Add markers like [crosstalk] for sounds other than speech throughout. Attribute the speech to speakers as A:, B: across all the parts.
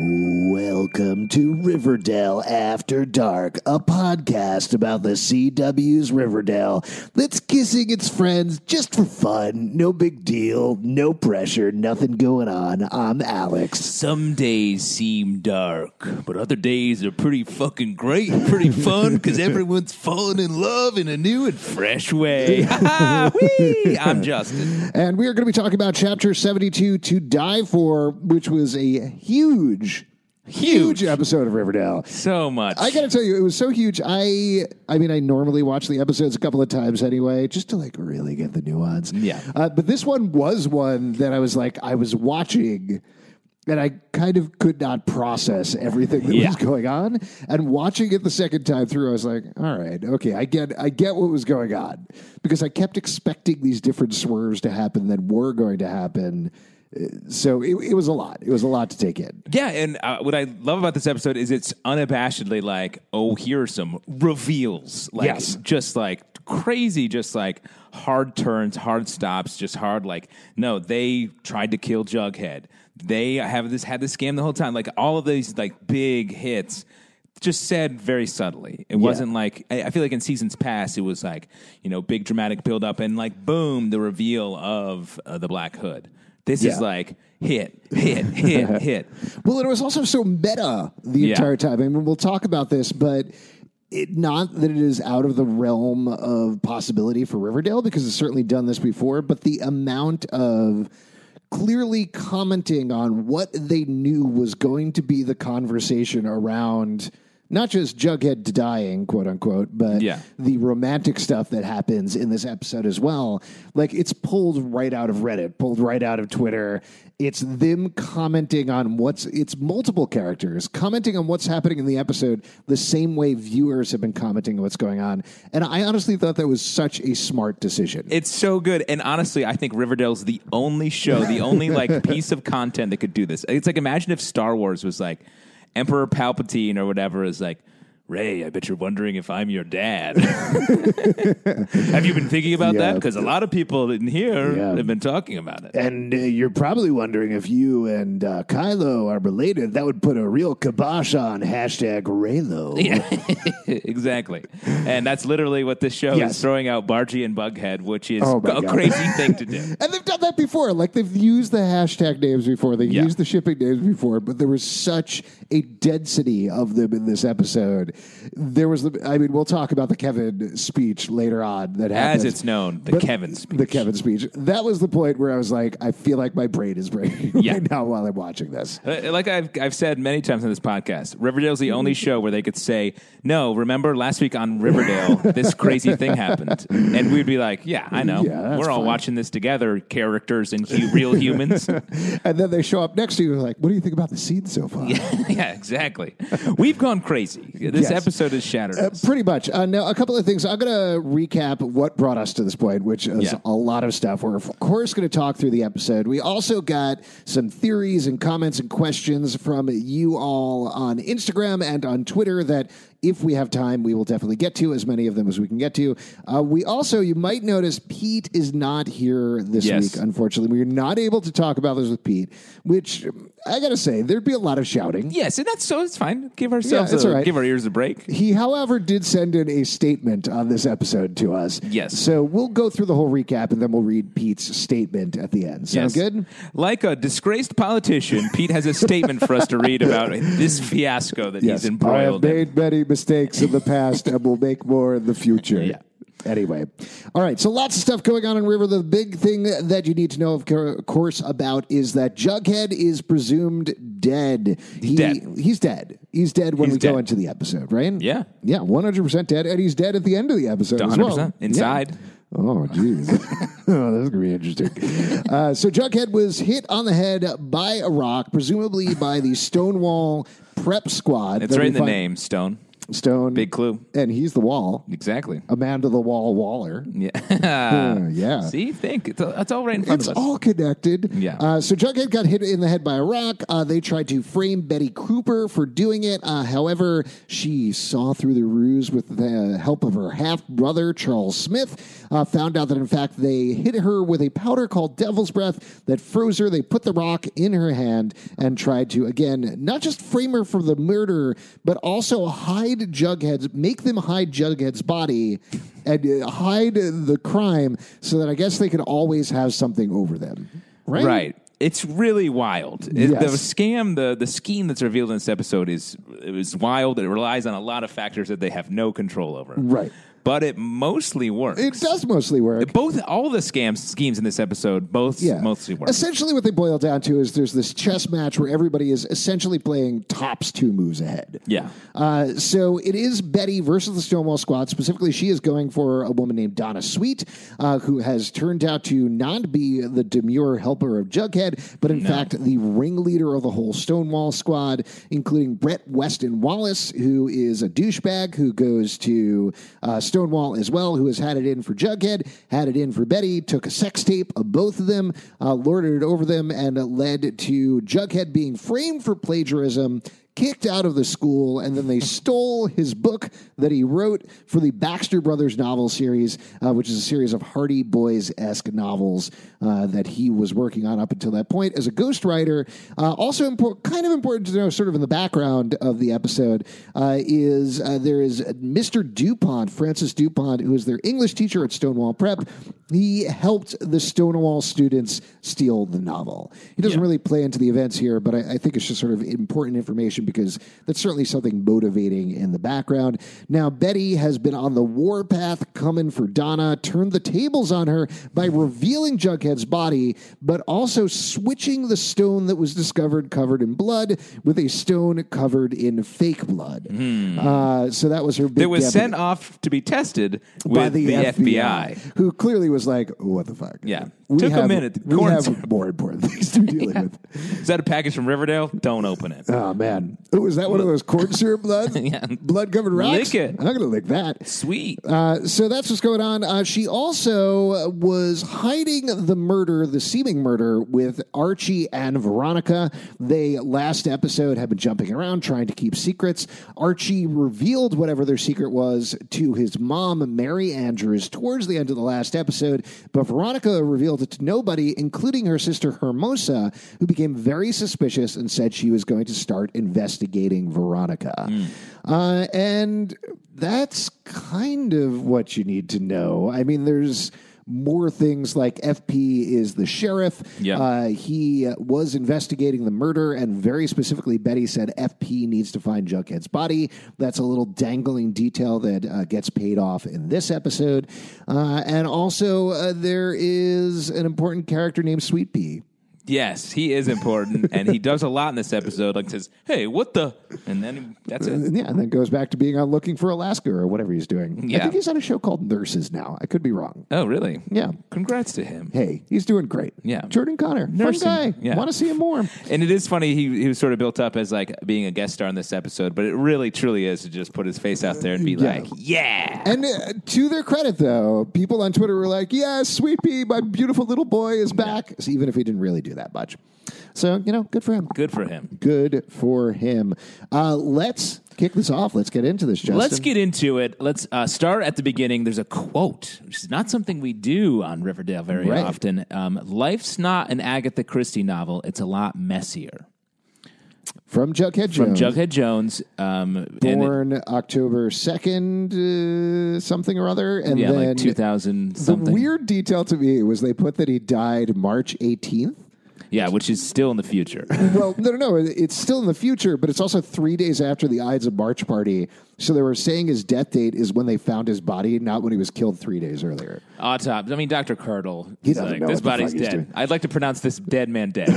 A: Welcome to Riverdale After Dark, a podcast about the CW's Riverdale that's kissing its friends just for fun. No big deal, no pressure, nothing going on. I'm Alex.
B: Some days seem dark, but other days are pretty fucking great, pretty [laughs] fun, because everyone's falling in love in a new and fresh way.
A: [laughs]
B: [laughs] Ha ha! Whee! I'm Justin.
A: And we are going to be talking about Chapter 72 To Die For, which was a huge,
B: Huge.
A: episode of Riverdale.
B: So much.
A: I gotta tell you, it was so huge. I, I mean, I normally watch the episodes a couple of times anyway, just to like really get the nuance.
B: Yeah.
A: Uh, but this one was one that I was like, I was watching, and I kind of could not process everything that
B: Yeah.
A: was going on. And watching it the second time through, I was like, all right, okay, I get, I get what was going on because I kept expecting these different swerves to happen that were going to happen. Uh, So it, it was a lot. It was a lot to take in.
B: Yeah, and uh, what I love about this episode is it's unabashedly like, oh, here are some reveals. Like,
A: Yes.
B: Just like crazy, just like hard turns, hard stops, just hard. Like, no, they tried to kill Jughead. They have this had this scam the whole time. Like all of these like big hits. Just said very subtly. It wasn't like I I feel like in seasons past, it was like you know big dramatic build up and like boom the reveal of uh, the Black Hood. This is
A: Yeah.
B: like hit, hit,
A: [laughs]
B: hit, hit.
A: Well, and it was also so meta the
B: Yeah.
A: entire time. I mean, we'll talk about this, but it, not that it is out of the realm of possibility for Riverdale because it's certainly done this before, but the amount of clearly commenting on what they knew was going to be the conversation around not just Jughead dying, quote unquote, but
B: Yeah.
A: the romantic stuff that happens in this episode as well. Like it's pulled right out of Reddit, pulled right out of Twitter. It's them commenting on what's it's multiple characters commenting on what's happening in the episode the same way viewers have been commenting on what's going on. And I honestly thought that was such a smart decision.
B: It's so good. And honestly, I think Riverdale's the only show, the
A: [laughs]
B: only like piece of content that could do this. It's like imagine if Star Wars was like Emperor Palpatine or whatever is like Ray, I bet you're wondering if I'm your
A: [laughs]
B: dad. have you been thinking about
A: Yeah.
B: that? Because a lot of people in here
A: Yeah.
B: have been talking about it. [laughs]
A: and uh, you're probably wondering if you and uh, Kylo are related. That would put a real kibosh on hashtag Raylo.
B: exactly. And that's literally what this show
A: Yes.
B: is throwing out Bargy and Bughead, which is
A: Oh my
B: a
A: God.
B: crazy thing
A: [laughs]
B: to do.
A: And they've done that before. Like they've used the hashtag names before. They have
B: Yeah.
A: used the shipping names before. But there was such a density of them in this episode. There was the. I mean, we'll talk about the Kevin speech later on that
B: As
A: happens.
B: it's known, the
A: But
B: Kevin speech.
A: The Kevin speech. That was the point where I was like, I feel like my brain is [laughs] breaking
B: Yeah.
A: right now while I'm watching this.
B: Uh, Like I've, I've said many times on this podcast, Riverdale's the only show where they could say, No, remember last week on Riverdale, this crazy thing happened. And we'd be like, Yeah, I know.
A: Yeah, that's
B: We're all
A: fine.
B: watching this together, characters and hu-
A: [laughs]
B: real humans.
A: And then they show up next to you and like, what do you think about the scene so far?
B: yeah, exactly. We've gone crazy. This
A: Yes.
B: episode has shattered
A: Uh,
B: us.
A: pretty much. Uh, now, a couple of things. I'm going to recap what brought us to this point, which is
B: Yeah.
A: a lot of stuff. We're, of course, going to talk through the episode. We also got some theories and comments and questions from you all on Instagram and on Twitter that, if we have time, we will definitely get to as many of them as we can get to. Uh, we also, you might notice, Pete is not here this
B: Yes.
A: week, unfortunately. We're not able to talk about this with Pete, which um, I got to say, there'd be a lot of shouting.
B: Yes, and that's so it's fine. Give ourselves
A: it's
B: a,
A: all right.
B: give our ears a break.
A: He, however, did send in a statement on this episode to us.
B: Yes.
A: So we'll go through the whole recap and then we'll read Pete's statement at the end. Sound
B: Yes.
A: good?
B: Like a disgraced politician, Pete has a statement for us to
A: [laughs]
B: read about this fiasco that he's
A: I have
B: embroiled in.
A: made many mistakes in the past and will make more in the future.
B: [laughs] Yeah.
A: Anyway, all right. So lots of stuff going on in River. The big thing that you need to know, of cour- course, about is that Jughead is presumed dead. He,
B: dead.
A: He's dead. He's dead when
B: He's
A: we go
B: dead.
A: into the episode, right?
B: Yeah.
A: Yeah, one hundred percent dead, and he's dead at the end of the episode as
B: 100%
A: well. Yeah.
B: inside.
A: Oh,
B: [laughs]
A: jeez. [laughs] oh, that's going to be interesting. Uh, so, Jughead was hit on the head by a rock, presumably by the Stonewall Prep Squad.
B: It's
A: that
B: right
A: we
B: in the
A: find-
B: name, Stone.
A: Stone.
B: Big clue.
A: And he's the wall.
B: [laughs] Exactly.
A: A man to the wall waller.
B: Yeah.
A: Uh, yeah.
B: See, think it's, it's all right in front
A: It's
B: of us.
A: all connected.
B: Yeah.
A: Uh, so Jughead got hit in the head by a rock. Uh, they tried to frame Betty Cooper for doing it. Uh, however, she saw through the ruse with the help of her half brother Charles Smith. Uh, found out that in fact they hit her with a powder called Devil's Breath that froze her. They put the rock in her hand and tried to again not just frame her for the murder, but also hide Jughead's, make them hide Jughead's body. And uh, hide the crime so that I guess they can always have something over them. Right?
B: Right. It's really wild. It-
A: Yes.
B: The scam, the, the scheme that's revealed in this episode is is wild. It relies on a lot of factors that they have no control over.
A: Right.
B: But it mostly works.
A: It does mostly work.
B: Both all the scams schemes in this episode both
A: yeah.
B: mostly work.
A: Essentially, what they boil down to is there's this chess match where everybody is essentially playing tops two moves ahead.
B: Yeah.
A: Uh, so it is Betty versus the Stonewall Squad. Specifically, she is going for a woman named Donna Sweet, uh, who has turned out to not be the demure helper of Jughead, but in fact the ringleader of the whole Stonewall Squad, including Brett Weston Wallace, who is a douchebag who goes to uh, Stonewall as well, who has had it in for Jughead, had it in for Betty, took a sex tape of both of them, uh, lorded it over them, and uh, led to Jughead being framed for plagiarism kicked out of the school, and then they stole his book that he wrote for the Baxter Brothers novel series, uh, which is a series of Hardy Boys esque novels uh, that he was working on up until that point as a ghostwriter. Uh, also, impor- kind of important to know, sort of in the background of the episode, uh, is uh, there is Mr. DuPont, Francis DuPont, who is their English teacher at Stonewall Prep. He helped the Stonewall students steal the novel. He doesn't
B: Yeah.
A: really play into the events here, but I, I think it's just sort of important information because that's certainly something motivating in the background. Now, Betty has been on the warpath, coming for Donna, turned the tables on her by revealing Jughead's body, but also switching the stone that was discovered covered in blood with a stone covered in fake blood. Uh, so that was her big
B: It Hmm. was
A: gap
B: sent off to be tested with
A: by the,
B: FBI.
A: FBI, who clearly was like, "What the fuck?"
B: Yeah.
A: we
B: Took a
A: have,
B: minute. The
A: We
B: corn's-
A: have more important things to be
B: [laughs]
A: dealing with.
B: Is that a package from Riverdale? Don't open it.
A: Oh man, Ooh, is that one of those corn syrup blood?
B: [laughs] Yeah.
A: Blood covered rocks.
B: Lick it.
A: I'm gonna lick that.
B: Sweet.
A: Uh, so that's what's going on. Uh, she also uh, was hiding the murder, the seeming murder, with Archie and Veronica. They last episode had been jumping around trying to keep secrets. Archie revealed whatever their secret was to his mom, Mary Andrews, towards the end of the last episode. But Veronica revealed it to nobody, including her sister Hermosa, who became very suspicious and said she was going to start investigating Veronica. Uh, and that's kind of what you need to know. I mean, there's more things like FP is the sheriff.
B: Yeah.
A: Uh, he uh, was investigating the murder, and very specifically, Betty said FP needs to find Jughead's body. That's a little dangling detail that uh, gets paid off in this episode. Uh, and also, uh, there is an important character named Sweet Pea.
B: Yes, he is important, and he does a lot in this episode. Like says, "Hey, what the?" And then that's it.
A: And yeah, and then goes back to being on Looking for Alaska or whatever he's doing. I
B: Yeah.
A: think he's on a show called Nurses now. I could be wrong.
B: Oh, really?
A: Yeah.
B: Congrats to him.
A: Hey, he's doing great.
B: Yeah.
A: Jordan Connor,
B: Nursing.
A: fun guy.
B: Yeah.
A: Want to see him more.
B: And it is funny. He, he was sort of built up as like being a guest star in this episode, but it really truly is to just put his face out there and be like, "Yeah."
A: And uh, to their credit, though, people on Twitter were like, "Yes, Sweet Pea, my beautiful little boy is back," so even if he didn't really do that much. So you know, good for him.
B: Good for him.
A: Good for him. Uh, let's kick this off. Let's get into this, Justin.
B: Let's get into it. Let's uh, start at the beginning. There's a quote, which is not something we do on Riverdale very
A: Right.
B: often. Um, Life's not an Agatha Christie novel; it's a lot messier.
A: from Jughead
B: From
A: Jones.
B: Jughead Jones, um, and it-
A: born October second, uh, something or other, and
B: yeah,
A: then
B: like 2000
A: the
B: something.
A: weird detail to me was they put that he died March eighteenth.
B: yeah, which is still in the future.
A: [laughs] well, no, no, no. It's still in the future, but it's also three days after the Ides of March party. So they were saying his death date is when they found his body, not when he was killed three days earlier.
B: Autopsy. I mean, Dr. Curdle.
A: He
B: He's
A: doesn't
B: like,
A: know
B: this
A: what the
B: body's
A: fuck he's
B: dead.
A: doing.
B: I'd like to pronounce this dead
A: [laughs]
B: man dead.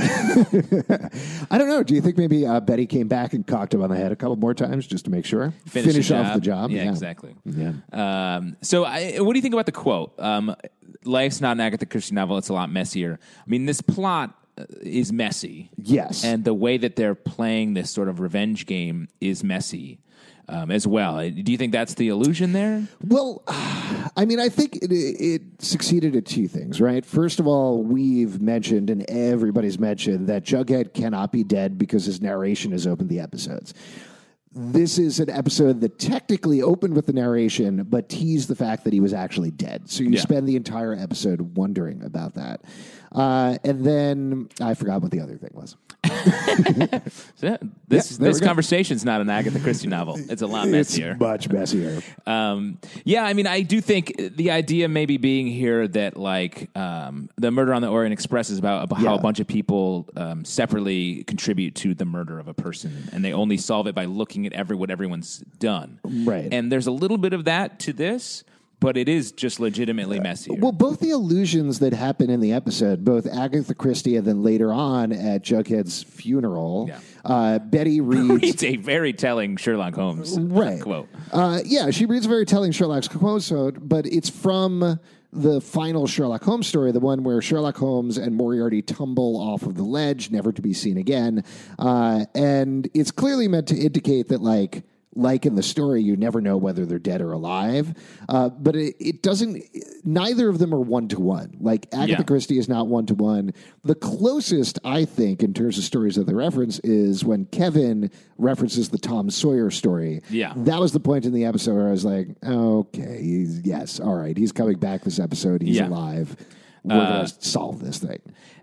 A: I don't know. Do you think maybe uh, Betty came back and cocked him on the head a couple more times just to make sure?
B: Finish, the
A: off the job.
B: Yeah, exactly.
A: Yeah.
B: Um, so, I, what do you think about the quote? Um, Life's not an Agatha Christie novel, it's a lot messier. I mean, this plot uh, is messy.
A: Yes.
B: And the way that they're playing this sort of revenge game is messy. Um, as well, Uh, do you think that's the illusion there?
A: Well, I mean, I think it, it succeeded at two things, right? First of all, we've mentioned, and everybody's mentioned, that Jughead cannot be dead because his narration has opened the episodes. This is an episode that technically opened with the narration, but teased the fact that he was actually dead. So you
B: Yeah.
A: spend the entire episode wondering about that. Uh, and then I forgot what the other thing was.
B: So, yeah, this
A: Yeah, there
B: this
A: we go.
B: conversation's not an Agatha Christie novel. It's a lot
A: [laughs] It's
B: messier.
A: much messier.
B: Um, yeah, I mean, I do think the idea maybe being here that like um, the murder on the Orient Express is about how
A: Yeah.
B: a bunch of people um, separately contribute to the murder of a person, and they only solve it by looking at every what everyone's done.
A: Right.
B: And there's a little bit of that to this, but it is just legitimately messy.
A: Uh, Well, both the illusions that happen in the episode, both Agatha Christie and then later on at Jughead's funeral,
B: Yeah.
A: uh, Betty reads.
B: [laughs] it's a very telling Sherlock Holmes
A: Right.
B: quote.
A: Uh, yeah, she reads a very telling Sherlock Holmes quote, but it's from the final Sherlock Holmes story, the one where Sherlock Holmes and Moriarty tumble off of the ledge, never to be seen again. Uh, and it's clearly meant to indicate that, like, like in the story, you never know whether they're dead or alive. Uh, but it, it doesn't, neither of them are one to one. Like, Agatha
B: Yeah.
A: Christie is not one to one. The closest, I think, in terms of stories that they reference, is when Kevin references the Tom Sawyer story.
B: Yeah.
A: That was the point in the episode where I was like, okay, he's, yes, all right, he's coming back this episode. He's
B: Yeah. Uh,
A: alive. We're going to solve this thing.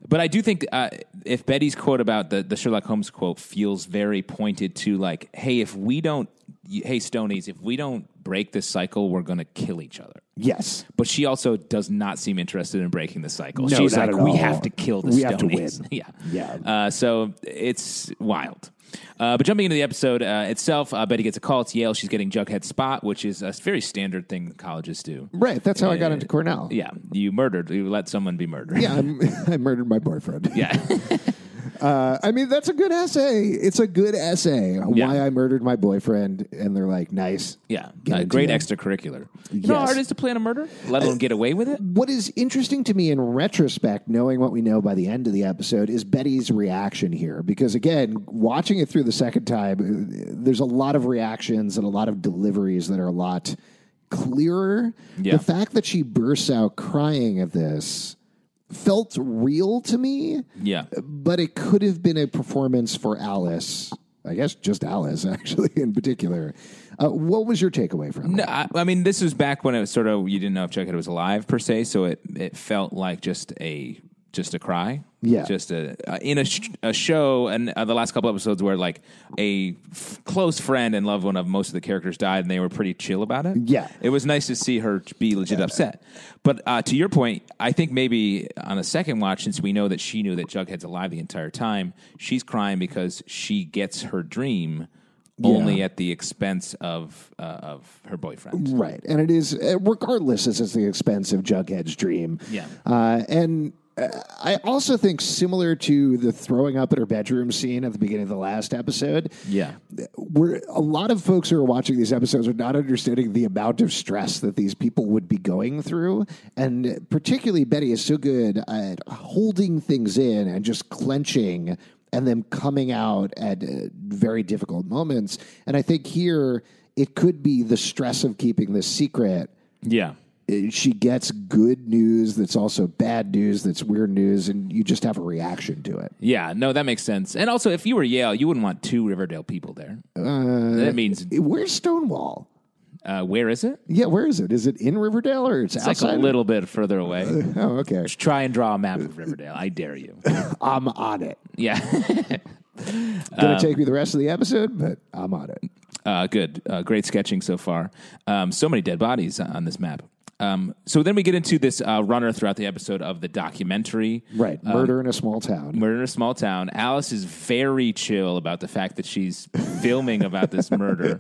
B: But I do think uh, if Betty's quote about the, the Sherlock Holmes quote feels very pointed to like, hey, if we don't, hey, Stonies, if we don't break this cycle, we're going to kill each other.
A: Yes.
B: But she also does not seem interested in breaking the cycle.
A: No,
B: She's
A: not
B: like,
A: at
B: we
A: all.
B: have to kill the
A: We have to
B: Stonies.
A: win.
B: [laughs] yeah.
A: Yeah.
B: Uh, so it's wild. Uh, but jumping into the episode uh, itself, uh, Betty gets a call. It's Yale. She's getting Jughead's spot, which is a very standard thing colleges do.
A: Right. That's how I got into Cornell.
B: uh, Yeah. You murdered. You let someone be murdered.
A: Yeah, I'm, [laughs] I murdered my boyfriend.
B: [laughs] yeah.
A: [laughs] I mean, that's a good essay. It's a good essay. Why
B: Yeah.
A: I murdered my boyfriend, and they're like, nice.
B: Yeah,
A: Get
B: uh,
A: into
B: great
A: it.
B: extracurricular. You know
A: Yes.
B: how hard it is to plan a murder, let alone get away with it.
A: What is interesting to me in retrospect, knowing what we know by the end of the episode, is Betty's reaction here. Because again, watching it through the second time, uh, there's a lot of reactions and a lot of deliveries that are a lot clearer.
B: Yeah.
A: The fact that she bursts out crying at this felt real to me,
B: Yeah,
A: but it could have been a performance for Alice. I guess just Alice, [laughs] actually, in particular. Uh, what was your takeaway from
B: no,
A: it?
B: I, I mean this was back when it was sort of you didn't know if Jughead was alive per se, so it it felt like just a just a cry.
A: Yeah.
B: Just a uh, in a, sh- a show and uh, the last couple episodes where like a f- close friend and loved one of most of the characters died and they were pretty chill about it.
A: Yeah.
B: It was nice to see her be legit upset. But uh, to your point, I think maybe on a second watch, since we know that she knew that Jughead's alive the entire time, she's crying because she gets her dream only at the expense of uh, of her boyfriend.
A: Right. And it is, uh, regardless, it's at the expense of Jughead's dream.
B: Yeah.
A: Uh, and uh, I also think, similar to the throwing up at her bedroom scene at the beginning of the last episode,
B: Yeah.
A: we're, a lot of folks who are watching these episodes are not understanding the amount of stress that these people would be going through. And particularly, Betty is so good at holding things in and just clenching and then coming out at uh, very difficult moments. And I think here it could be the stress of keeping this secret
B: Yeah.
A: uh, she gets good news that's also bad news that's weird news and you just have a reaction to it
B: Yeah, no, that makes sense. And also, if you were Yale, you wouldn't want two Riverdale people there. that means,
A: where's stonewall
B: uh, where is it?
A: yeah where is it is it in riverdale or it's,
B: It's like
A: outside
B: a
A: of-
B: little bit further away.
A: oh okay
B: Try and draw a map of Riverdale. I dare you.
A: i'm on it
B: Yeah.
A: gonna take me the rest of the episode but i'm on it
B: Uh, good. Uh, great sketching so far. Um, so many dead bodies on this map. Um, so then we get into this uh, runner throughout the episode of the documentary.
A: right murder in a small town
B: Murder in a small town. Alice is very chill about the fact that she's filming about this murder.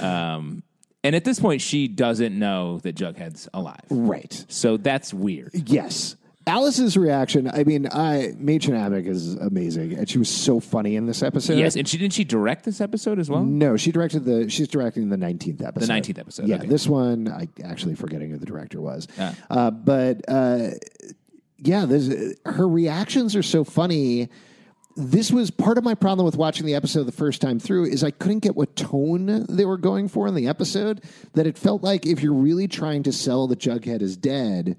B: Um, and at this point, she doesn't know that Jughead's alive.
A: right
B: So that's weird.
A: yes alice's reaction i mean i Machen Amick is amazing and she was so funny in this episode
B: Yes, and she didn't she direct this episode as well?
A: No, she directed the. She's directing the nineteenth episode.
B: 19th Um, episode,
A: Yeah,
B: okay.
A: this one I actually forgetting who the director was. Uh, but uh, yeah, there's, her reactions are so funny. This was part of my problem with watching the episode the first time through is I couldn't get what tone they were going for in the episode. That it felt like if you're really trying to sell that Jughead is dead,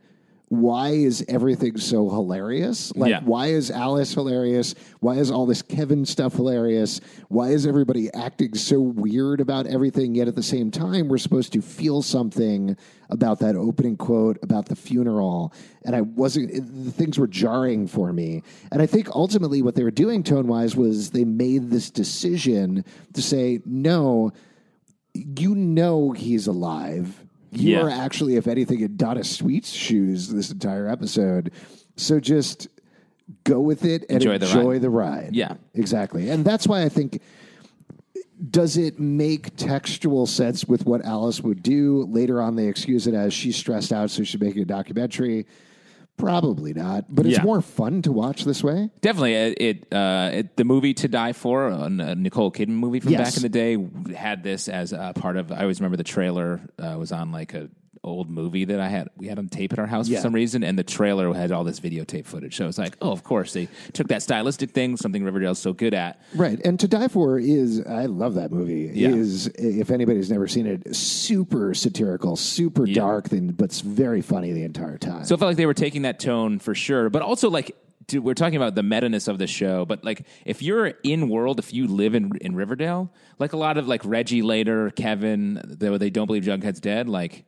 A: why is everything so hilarious? Like
B: Yeah.
A: why why is Alice hilarious? Why is all this Kevin stuff hilarious? Why is everybody acting so weird about everything? Yet at the same time, we're supposed to feel something about that opening quote about the funeral. And I wasn't, it- the things were jarring for me. And I think ultimately what they were doing tone wise was they made this decision to say, no, you know he's alive. You
B: Yeah.
A: are actually, if anything, in Donna Sweet's shoes this entire episode. So just go with it and
B: Enjoy
A: enjoy
B: the
A: the,
B: ride.
A: ride.
B: Yeah.
A: exactly. And that's why I think does it make textual sense with what Alice would do later on? They excuse it as she's stressed out, so she's making a documentary. Probably not, but it's
B: Yeah.
A: more fun to watch this way.
B: Definitely, it, it, uh, it the movie To Die For, a a Nicole Kidman movie from
A: Yes.
B: back in the day, had this as a part of. I always remember the trailer uh, was on like a old movie that I had. We had on tape at our house
A: Yeah.
B: for some reason, and the trailer had all this videotape footage. So it's like, oh, of course they took that stylistic thing, something Riverdale's so good at.
A: Right. And To Die For is, I love that movie.
B: Yeah.
A: Is, if anybody's never seen it, super satirical, super dark, then, but it's very funny the entire time.
B: So it felt like they were taking that tone for sure, but also like dude, we're talking about the meta ness of the show. But like, if you're in world, if you live in in Riverdale, like a lot of like Reggie later, Kevin, though they don't believe Jughead's dead, like.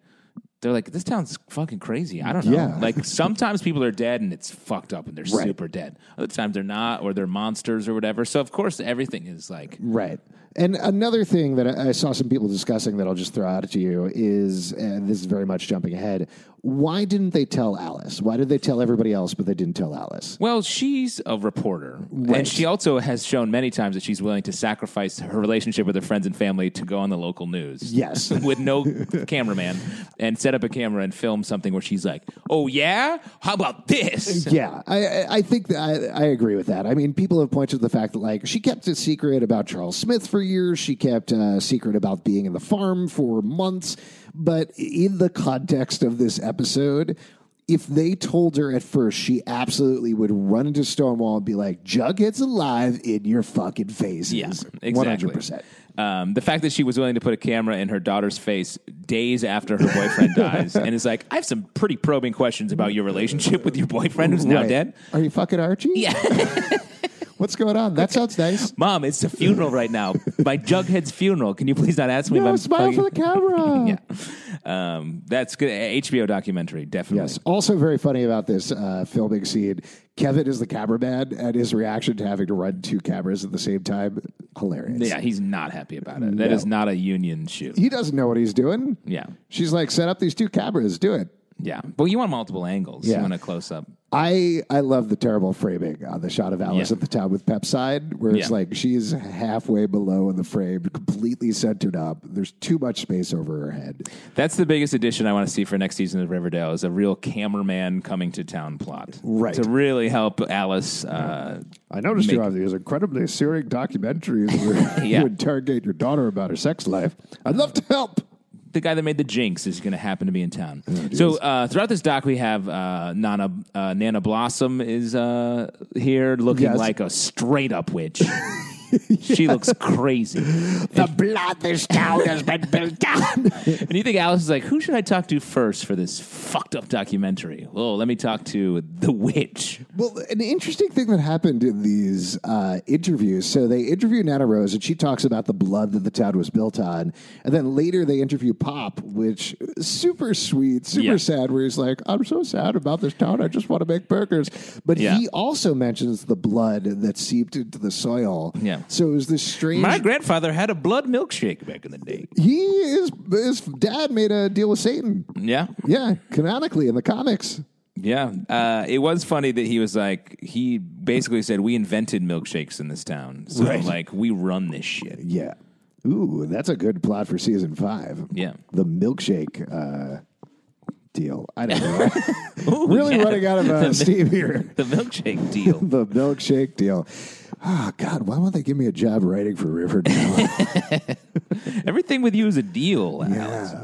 B: They're like, this town's fucking crazy. I don't know.
A: Yeah.
B: Like, sometimes people are dead and it's fucked up and they're
A: Right.
B: super dead. Other times they're not or they're monsters or whatever. So, of course, everything is like,
A: Right. And another thing that I I saw some people discussing that I'll just throw out to you is and this is very much jumping ahead. Why didn't they tell Alice? Why did they tell everybody else, but they didn't tell Alice?
B: Well, she's a reporter, and she also has shown many times that she's willing to sacrifice her relationship with her friends and family to go on the local news.
A: Yes.
B: with no cameraman, and set up a camera and film something where she's like, "Oh yeah, how about this?"
A: Yeah, I, I- I think that I, I agree with that. I mean, people have pointed to the fact that like she kept a secret about Charles Smith for years. She kept a secret about being in the farm for months. But in the context of this episode, if they told her at first, she absolutely would run into Stonewall and be like, "Jughead's alive in your fucking faces."
B: Yeah, exactly.
A: one hundred percent.
B: Um, the fact that she was willing to put a camera in her daughter's face days after her
A: [laughs]
B: boyfriend dies, and is like, "I have some pretty probing questions about your relationship with your boyfriend who's now dead."
A: Are you fucking Archie?
B: Yeah.
A: What [laughs] What's going on? That sounds nice.
B: Mom, it's a funeral right now. My Jughead's funeral. Can you please not ask me
A: No,
B: if I'm
A: smile
B: fucking-
A: for the
B: [laughs]
A: camera.
B: yeah. Um, that's good. A HBO documentary, definitely.
A: Yes. Also, very funny about this uh, filming scene. Kevin is the cameraman, and his reaction to having to run two cameras at the same time hilarious.
B: Yeah, he's not happy about it. That is not a union shoot.
A: He doesn't know what he's doing.
B: Yeah.
A: She's like, set up these two cameras. Do it.
B: Yeah. But you want multiple angles.
A: Yeah.
B: You want a close up.
A: I I love the terrible framing on the shot of Alice
B: Yeah.
A: at the top with Pepside, where it's
B: Yeah.
A: like she's halfway below in the frame, completely centered up. There's too much space over her head.
B: That's the biggest addition I want to see for next season of Riverdale is a real cameraman coming to town plot.
A: Right.
B: To really help Alice. Uh,
A: I noticed you have these incredibly searing documentaries where [laughs]
B: [laughs] Yeah.
A: you interrogate your daughter about her sex life. I'd love to help.
B: the guy that made the Jinx is going to happen to be in town. so uh, throughout this doc, we have uh, Nana uh, Nana Blossom is uh, here looking
A: Yes.
B: like a straight up witch. [laughs] She looks
A: [laughs]
B: crazy.
A: The blood this town has been built on.
B: And you think Alice is like, who should I talk to first for this fucked up documentary? Oh, let me talk to the witch.
A: Well, an interesting thing that happened in these uh, interviews. So they interview Nana Rose, and she talks about the blood that the town was built on. And then later they interview Pop, which is super sweet, super
B: Yeah.
A: sad, where he's like, I'm so sad about this town. I just want to make burgers. But
B: Yeah.
A: he also mentions the blood that seeped into the soil.
B: Yeah.
A: So it was this strange.
B: My grandfather had a blood milkshake back in the day.
A: he is, his dad made a deal with Satan.
B: Yeah.
A: Yeah, canonically in the comics.
B: Yeah, uh, it was funny that he was like he basically said we invented milkshakes in this town, so
A: Right.
B: like we run this [laughs] shit.
A: Yeah. Ooh, that's a good plot for season five.
B: Yeah.
A: The milkshake uh, deal. I don't
B: [laughs]
A: know.
B: Ooh,
A: really
B: yeah.
A: running out of uh, steam here.
B: [laughs] the milkshake deal.
A: The milkshake deal. Oh, God, why won't they give me a job writing for
B: [laughs]
A: Riverdale?
B: Everything with you is a deal. Alex.
A: Yeah.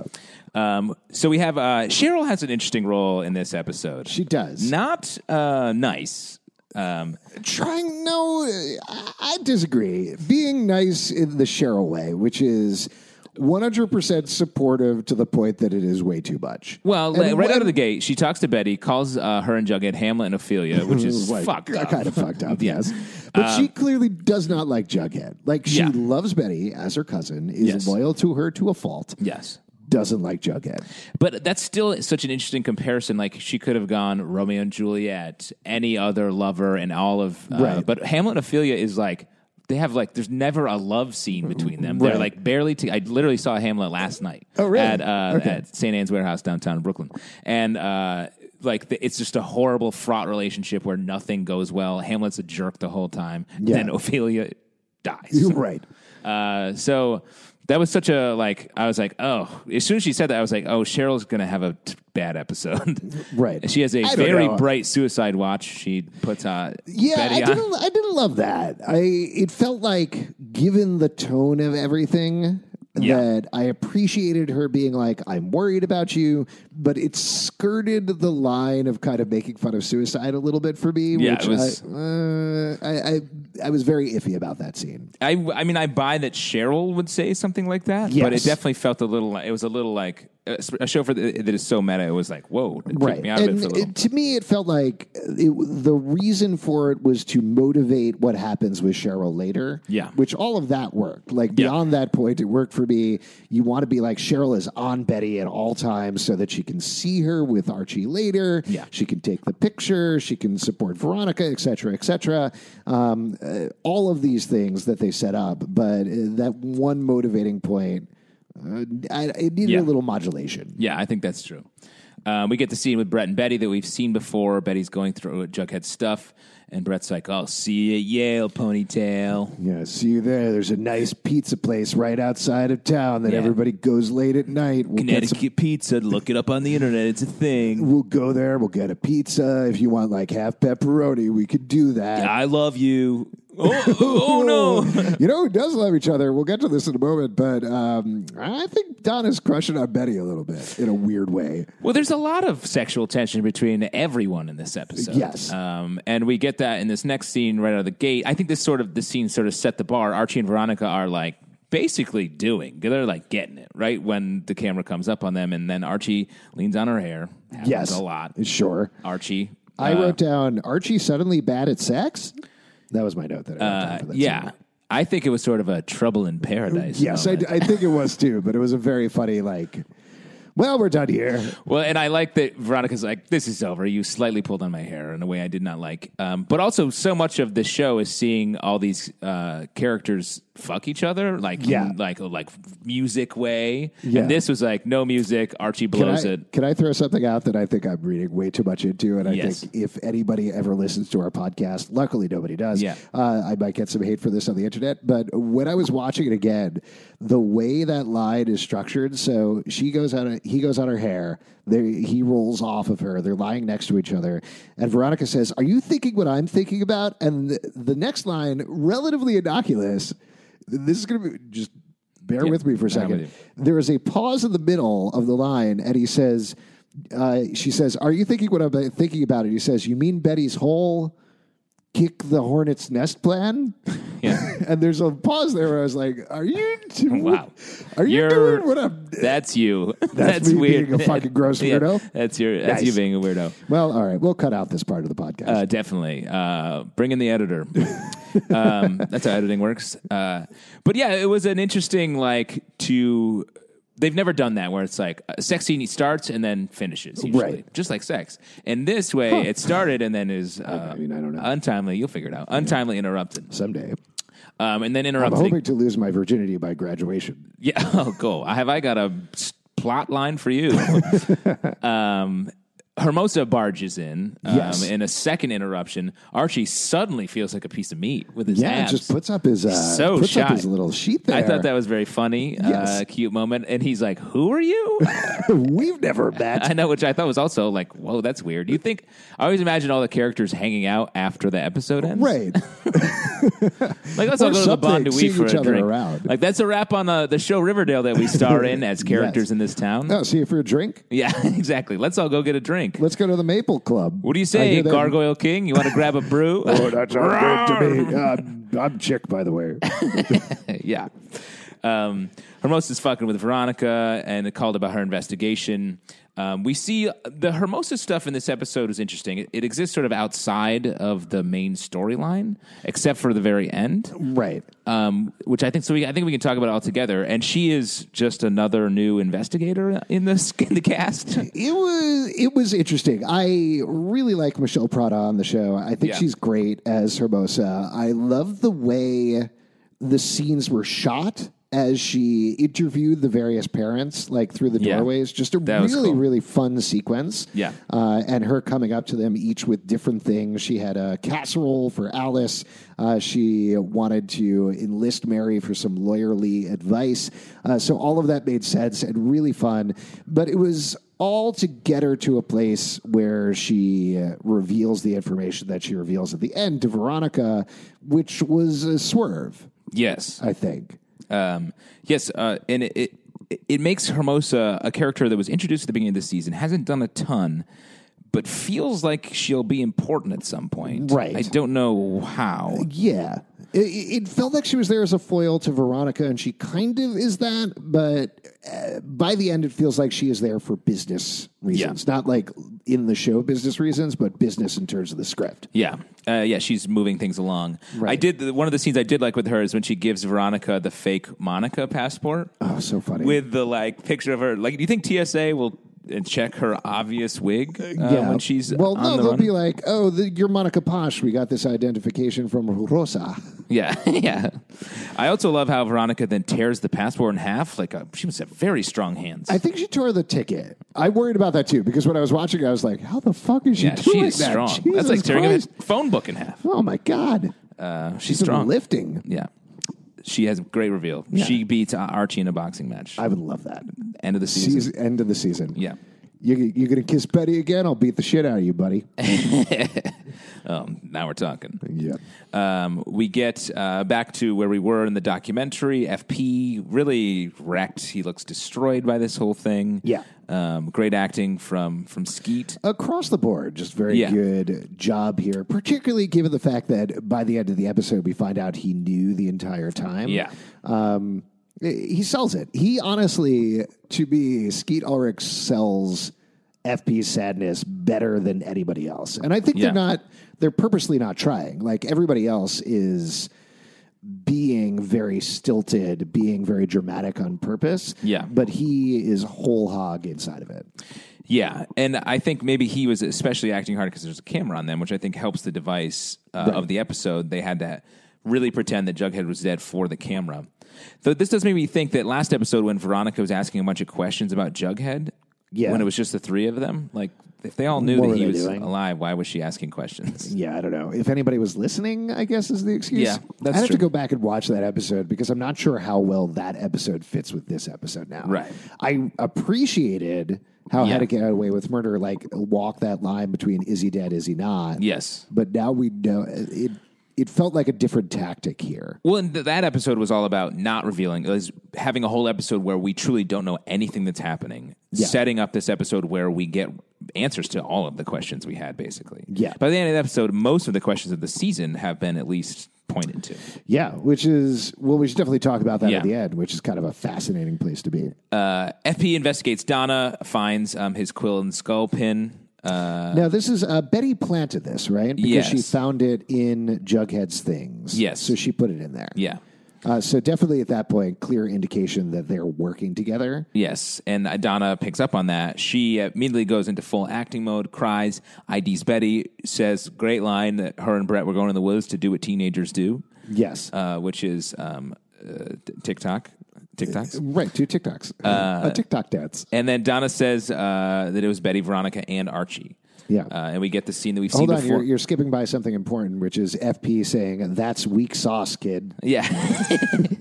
B: Um, so we have uh, Cheryl has an interesting role in this episode.
A: She does.
B: not uh, nice. Um,
A: trying no I- i disagree being nice in the cheryl way which is 100% supportive to the point that it is way too much
B: well,
A: And
B: like, right
A: when-
B: out of the gate, she talks to Betty, calls uh, her and Jughead Hamlet and Ophelia, which [laughs] is
A: like,
B: fucked up.
A: kind of fucked up
B: [laughs] Yeah. Um,
A: yes but she clearly does not like jughead like she
B: Yeah.
A: loves betty as her cousin is
B: Yes.
A: loyal to her to a fault
B: yes.
A: doesn't like jughead
B: But that's still such an interesting comparison. Like she could have gone Romeo and Juliet, any other lover, and all of. Uh,
A: Right.
B: But Hamlet and Ophelia is like they have like there's never a love scene between them.
A: Right.
B: They're like barely. to- I literally saw Hamlet last night.
A: Oh, really?
B: At, uh,
A: Okay.
B: at St Anne's Warehouse downtown in Brooklyn, and. uh like the, it's just a horrible fraught relationship where nothing goes well. Hamlet's a jerk the whole time.
A: Yeah.
B: Then Ophelia dies.
A: you're [laughs] right
B: Uh, so that was such a like. I was like, oh. As soon as she said that, I was like, oh, Cheryl's gonna have a t- bad episode. [laughs]
A: Right.
B: She has a
A: I don't
B: very
A: know.
B: bright suicide watch. She puts on.
A: Yeah,
B: Betty
A: I
B: on.
A: didn't. I didn't love that. I it felt like, given the tone of everything,
B: Yeah.
A: that I appreciated her being like, "I'm worried about you," but it skirted the line of kind of making fun of suicide a little bit for me.
B: Yeah,
A: which
B: it was-
A: I, uh, I, I I was very iffy about that scene.
B: I, I mean, I buy that Cheryl would say something like that, but
A: Yes.
B: it definitely felt a little. It was a little like a a show for the, that is so meta. It was like, whoa, it took me out of it
A: and
B: for a little.
A: it- to me, it felt like it, the reason for it was to motivate what happens with Cheryl later.
B: Yeah.
A: which all of that worked. Like
B: Yeah.
A: beyond that point, it worked for me. You want to be like Cheryl is on Betty at all times so that she can see her with Archie later.
B: Yeah.
A: she can take the picture. She can support Veronica, et cetera, et cetera. Um, uh, all of these things that they set up, but uh, that one motivating point. Uh, I, it needed
B: Yeah.
A: a little modulation.
B: Yeah, I think that's true. Um, we get the scene with Brett and Betty that we've seen before. Betty's going through Jughead's stuff, and Brett's like, "I'll see you at Yale, ponytail."
A: Yeah, see you there. There's a nice pizza place right outside of town that
B: Yeah.
A: everybody goes late at night. We'll get some-
B: Connecticut pizza. Look it up on the internet. It's a thing.
A: we'll go there. We'll get a pizza. If you want like half pepperoni, we could do that.
B: I love you. Oh, oh [laughs] no.
A: you know who does love each other? We'll get to this in a moment, but um, I think Donna's crushing on Betty a little bit in a weird way.
B: Well, there's a lot of sexual tension between everyone in this episode.
A: Yes.
B: um, and we get that in this next scene right out of the gate. I think this sort of this scene sort of set the bar. Archie and Veronica are like basically doing. They're like getting it right when the camera comes up on them, and then Archie leans on her hair. Happens
A: Yes,
B: a lot.
A: Sure.
B: Archie.
A: I
B: uh,
A: wrote down Archie suddenly bad at sex. That was my note that I wrote down
B: Uh,
A: for that.
B: yeah,
A: segment.
B: I think it was sort of a trouble in paradise.
A: Yes, I,
B: moment.
A: I think it was too, but it was a very funny, like, well, we're done here.
B: Well, and I like that Veronica's like, "This is over." You slightly pulled on my hair in a way I did not like. Um, but also, so much of the show is seeing all these uh, characters fuck each other, like
A: Yeah.
B: in, like like music way.
A: Yeah.
B: And this was like no music. Archie
A: Can
B: blows
A: I,
B: it.
A: can I throw something out that I think I'm reading way too much into? And I
B: Yes.
A: think if anybody ever listens to our podcast, luckily nobody does,
B: Yeah.
A: uh, I might get some hate for this on the internet. But when I was watching it again, the way that line is structured, so she goes on, he goes on her hair, they, he rolls off of her, they're lying next to each other. And Veronica says, Are you thinking what I'm thinking about? And the, the next line, relatively innocuous, this is going to be just bear with me for a
B: I'm with
A: second
B: you.
A: there is a pause in the middle of the line, and he says, uh, "She says, are you thinking what I'm thinking about?" And he says, "You mean Betty's whole kick the hornet's nest plan?" [laughs]
B: Yeah.
A: and there's a pause there where I was like, "Are you? doing-
B: [laughs] Wow.
A: Are you
B: You're-
A: doing what I'm?"
B: That's you. [laughs] That's,
A: me
B: weird.
A: being a fucking gross
B: [laughs] Yeah,
A: weirdo.
B: that's your. That's you
A: Nice.
B: being a weirdo.
A: Well, all right, we'll cut out this part of the podcast.
B: Uh, definitely. Uh, bring in
A: [laughs]
B: the editor. um, that's how editing works. Uh, but yeah, it was an interesting, like, to. They've never done that where it's like a sex scene starts and then finishes, usually.
A: Right.
B: Just like sex. And this way, it started and then is uh,
A: I mean, I don't know.
B: untimely. You'll figure it out. Untimely interrupted.
A: Someday,
B: Um, and then
A: I'm
B: interrupted.
A: hoping to lose my virginity by graduation.
B: Yeah. [laughs] Oh, cool. I have I got a s- plot line
A: [laughs]
B: for you. um, Hermosa barges in um,
A: Yes.
B: in a second interruption. Archie suddenly feels like a piece of meat with his
A: Yeah,
B: abs.
A: just puts up his uh,
B: So
A: puts up
B: shy.
A: his little sheet there.
B: I thought that was very funny,
A: Yes.
B: uh, cute moment. And he's like, "Who are you?"
A: [laughs] we've never met.
B: [laughs] I know, which I thought was also like, "Whoa, that's weird." You think I always imagine all the characters hanging out after the episode ends,
A: Right.
B: Like let's all
A: Or
B: go to the
A: something,
B: Bondouille
A: seeing
B: for
A: each
B: a
A: other
B: drink.
A: around.
B: Like that's a wrap on the the show Riverdale that
A: [laughs]
B: we star in as characters
A: Yes. Oh.
B: in this town.
A: No, see you for a drink.
B: [laughs] Yeah, [laughs] exactly. Let's all go get a drink.
A: Let's go to the Maple Club.
B: What do you
A: I
B: say,
A: hear that-
B: Gargoyle King? You want to grab
A: [laughs]
B: a brew?
A: Oh, that sounds great to me. Um, I'm chick, by the way.
B: [laughs] yeah. Um, Hermosa's fucking with Veronica and it called about her investigation. Um, we see the Hermosa stuff in this episode is interesting. It, it exists sort of outside of the main storyline, except for the very end.
A: right.
B: um, which I think so. We, I think we can talk about it all together. And she is just another new investigator in this [laughs] in the cast.
A: It was it was interesting. I really like Michelle Prada on the show. I think
B: Yeah.
A: she's great as Hermosa. I love the way the scenes were shot as she interviewed the various parents, like through the
B: Yeah.
A: doorways. Just a
B: That was
A: really,
B: cool.
A: really fun sequence.
B: Yeah.
A: uh, and her coming up to them each with different things. She had a casserole for Alice. Uh, she wanted to enlist Mary for some lawyerly advice. Uh, so all of that made sense and really fun. But it was all to get her to a place where she uh, reveals the information that she reveals at the end to Veronica, which was a swerve,
B: yes,
A: I think.
B: Um, yes, uh, and it, it it makes Hermosa a character that was introduced at the beginning of the season, hasn't done a ton, but feels like she'll be important at some point.
A: Right.
B: I don't know how.
A: Yeah. It, it felt like she was there as a foil to Veronica, and she kind of is that, but uh, by the end, it feels like she is there for business reasons. Not like in the show business reasons, but business in terms of the script.
B: Yeah. Uh, yeah, she's moving things along. I did one of the scenes I did like with her is when she gives Veronica the fake Monica passport
A: Oh, so funny.
B: with the like picture of her. Like, do you think TSA will uh, check her obvious wig uh, when she's
A: well,
B: on
A: no,
B: the
A: they'll
B: run?
A: be like, "Oh, the, you're Monica Posh. We got this identification from Rosa."
B: Yeah, [laughs] yeah. I also love how Veronica then tears the passport in half. Like a, she must have very strong hands.
A: I think she tore the ticket. I worried about that too because when I was watching, I was like, "How the fuck is she
B: yeah,
A: doing
B: she is
A: that?"
B: strong.
A: Jesus
B: That's like tearing a
A: Christ.
B: phone book in half.
A: Oh my god,
B: Uh, she's,
A: She's been
B: strong.
A: lifting.
B: Yeah, she has a great reveal. She beats uh, Archie in a boxing match.
A: I would love that.
B: End of the season.
A: Season, end of the season.
B: Yeah.
A: You, you're going to kiss Betty again? I'll beat the shit out of you,
B: [laughs]
A: buddy.
B: Um, now we're talking.
A: yeah.
B: Um, we get uh, back to where we were in the documentary. FP really wrecked. He looks destroyed by this whole thing.
A: Yeah.
B: Um, great acting from from Skeet.
A: Across the board, just very
B: Yeah.
A: good job here, particularly given the fact that by the end of the episode, we find out he knew the entire time.
B: Yeah.
A: Um, he sells it. He honestly, to me, Skeet Ulrich sells FP Sadness better than anybody else. And I think
B: Yeah.
A: they're not, they're purposely not trying. Like everybody else is being very stilted, being very dramatic on purpose.
B: Yeah.
A: But he is whole hog inside of it.
B: Yeah, and I think maybe he was especially acting hard because there's a camera on them, which I think helps the device uh, of the episode. They had to really pretend that Jughead was dead for the camera. Though this does make me think that last episode when Veronica was asking a bunch of questions about Jughead,
A: Yeah.
B: when it was just the three of them, like if they all knew
A: What
B: that
A: were
B: he
A: they
B: was
A: doing?
B: alive, why was she asking
A: [laughs]
B: questions?
A: Yeah, I don't know. If anybody was listening, I guess is the excuse.
B: Yeah, that's
A: I'd have
B: true.
A: to go back and watch that episode because I'm not sure how well that episode fits with this episode now.
B: Right.
A: I appreciated how
B: Yeah.
A: How to Get Away with Murder like walk that line between is he dead, is he not?
B: yes.
A: But now we know uh, it. It felt like a different tactic here.
B: Well, and th- that episode was all about not revealing, is having a whole episode where we truly don't know anything that's happening.
A: Yeah.
B: Setting up this episode where we get answers to all of the questions we had, basically.
A: Yeah.
B: By the end of the episode, most of the questions of the season have been at least pointed to.
A: Yeah, which is well, we should definitely talk about that
B: Yeah.
A: at the end, which is kind of a fascinating place to be.
B: Uh, FP investigates Donna, finds um, his quill and skull pin. Uh,
A: Now, this is uh, Betty planted this, right? Because she
B: Yes.
A: found it in Jughead's things.
B: Yes.
A: So she put it in there.
B: yeah.
A: Uh, so definitely at that point, clear indication that they're working together.
B: Yes, and uh, Donna picks up on that. She immediately goes into full acting mode, cries, IDs Betty, says, great line that her and Brett were going in the woods to do what teenagers do.
A: Yes.
B: uh, which is um, uh, t- TikTok. TikToks.
A: right, two TikToks.
B: Uh,
A: Uh, a TikTok dance.
B: And then Donna says uh, that it was Betty, Veronica, and Archie.
A: Yeah.
B: Uh, and we get the scene that we've
A: Hold
B: seen
A: on,
B: before.
A: you're, you're skipping by something important, which is FP saying, that's weak sauce, kid.
B: yeah.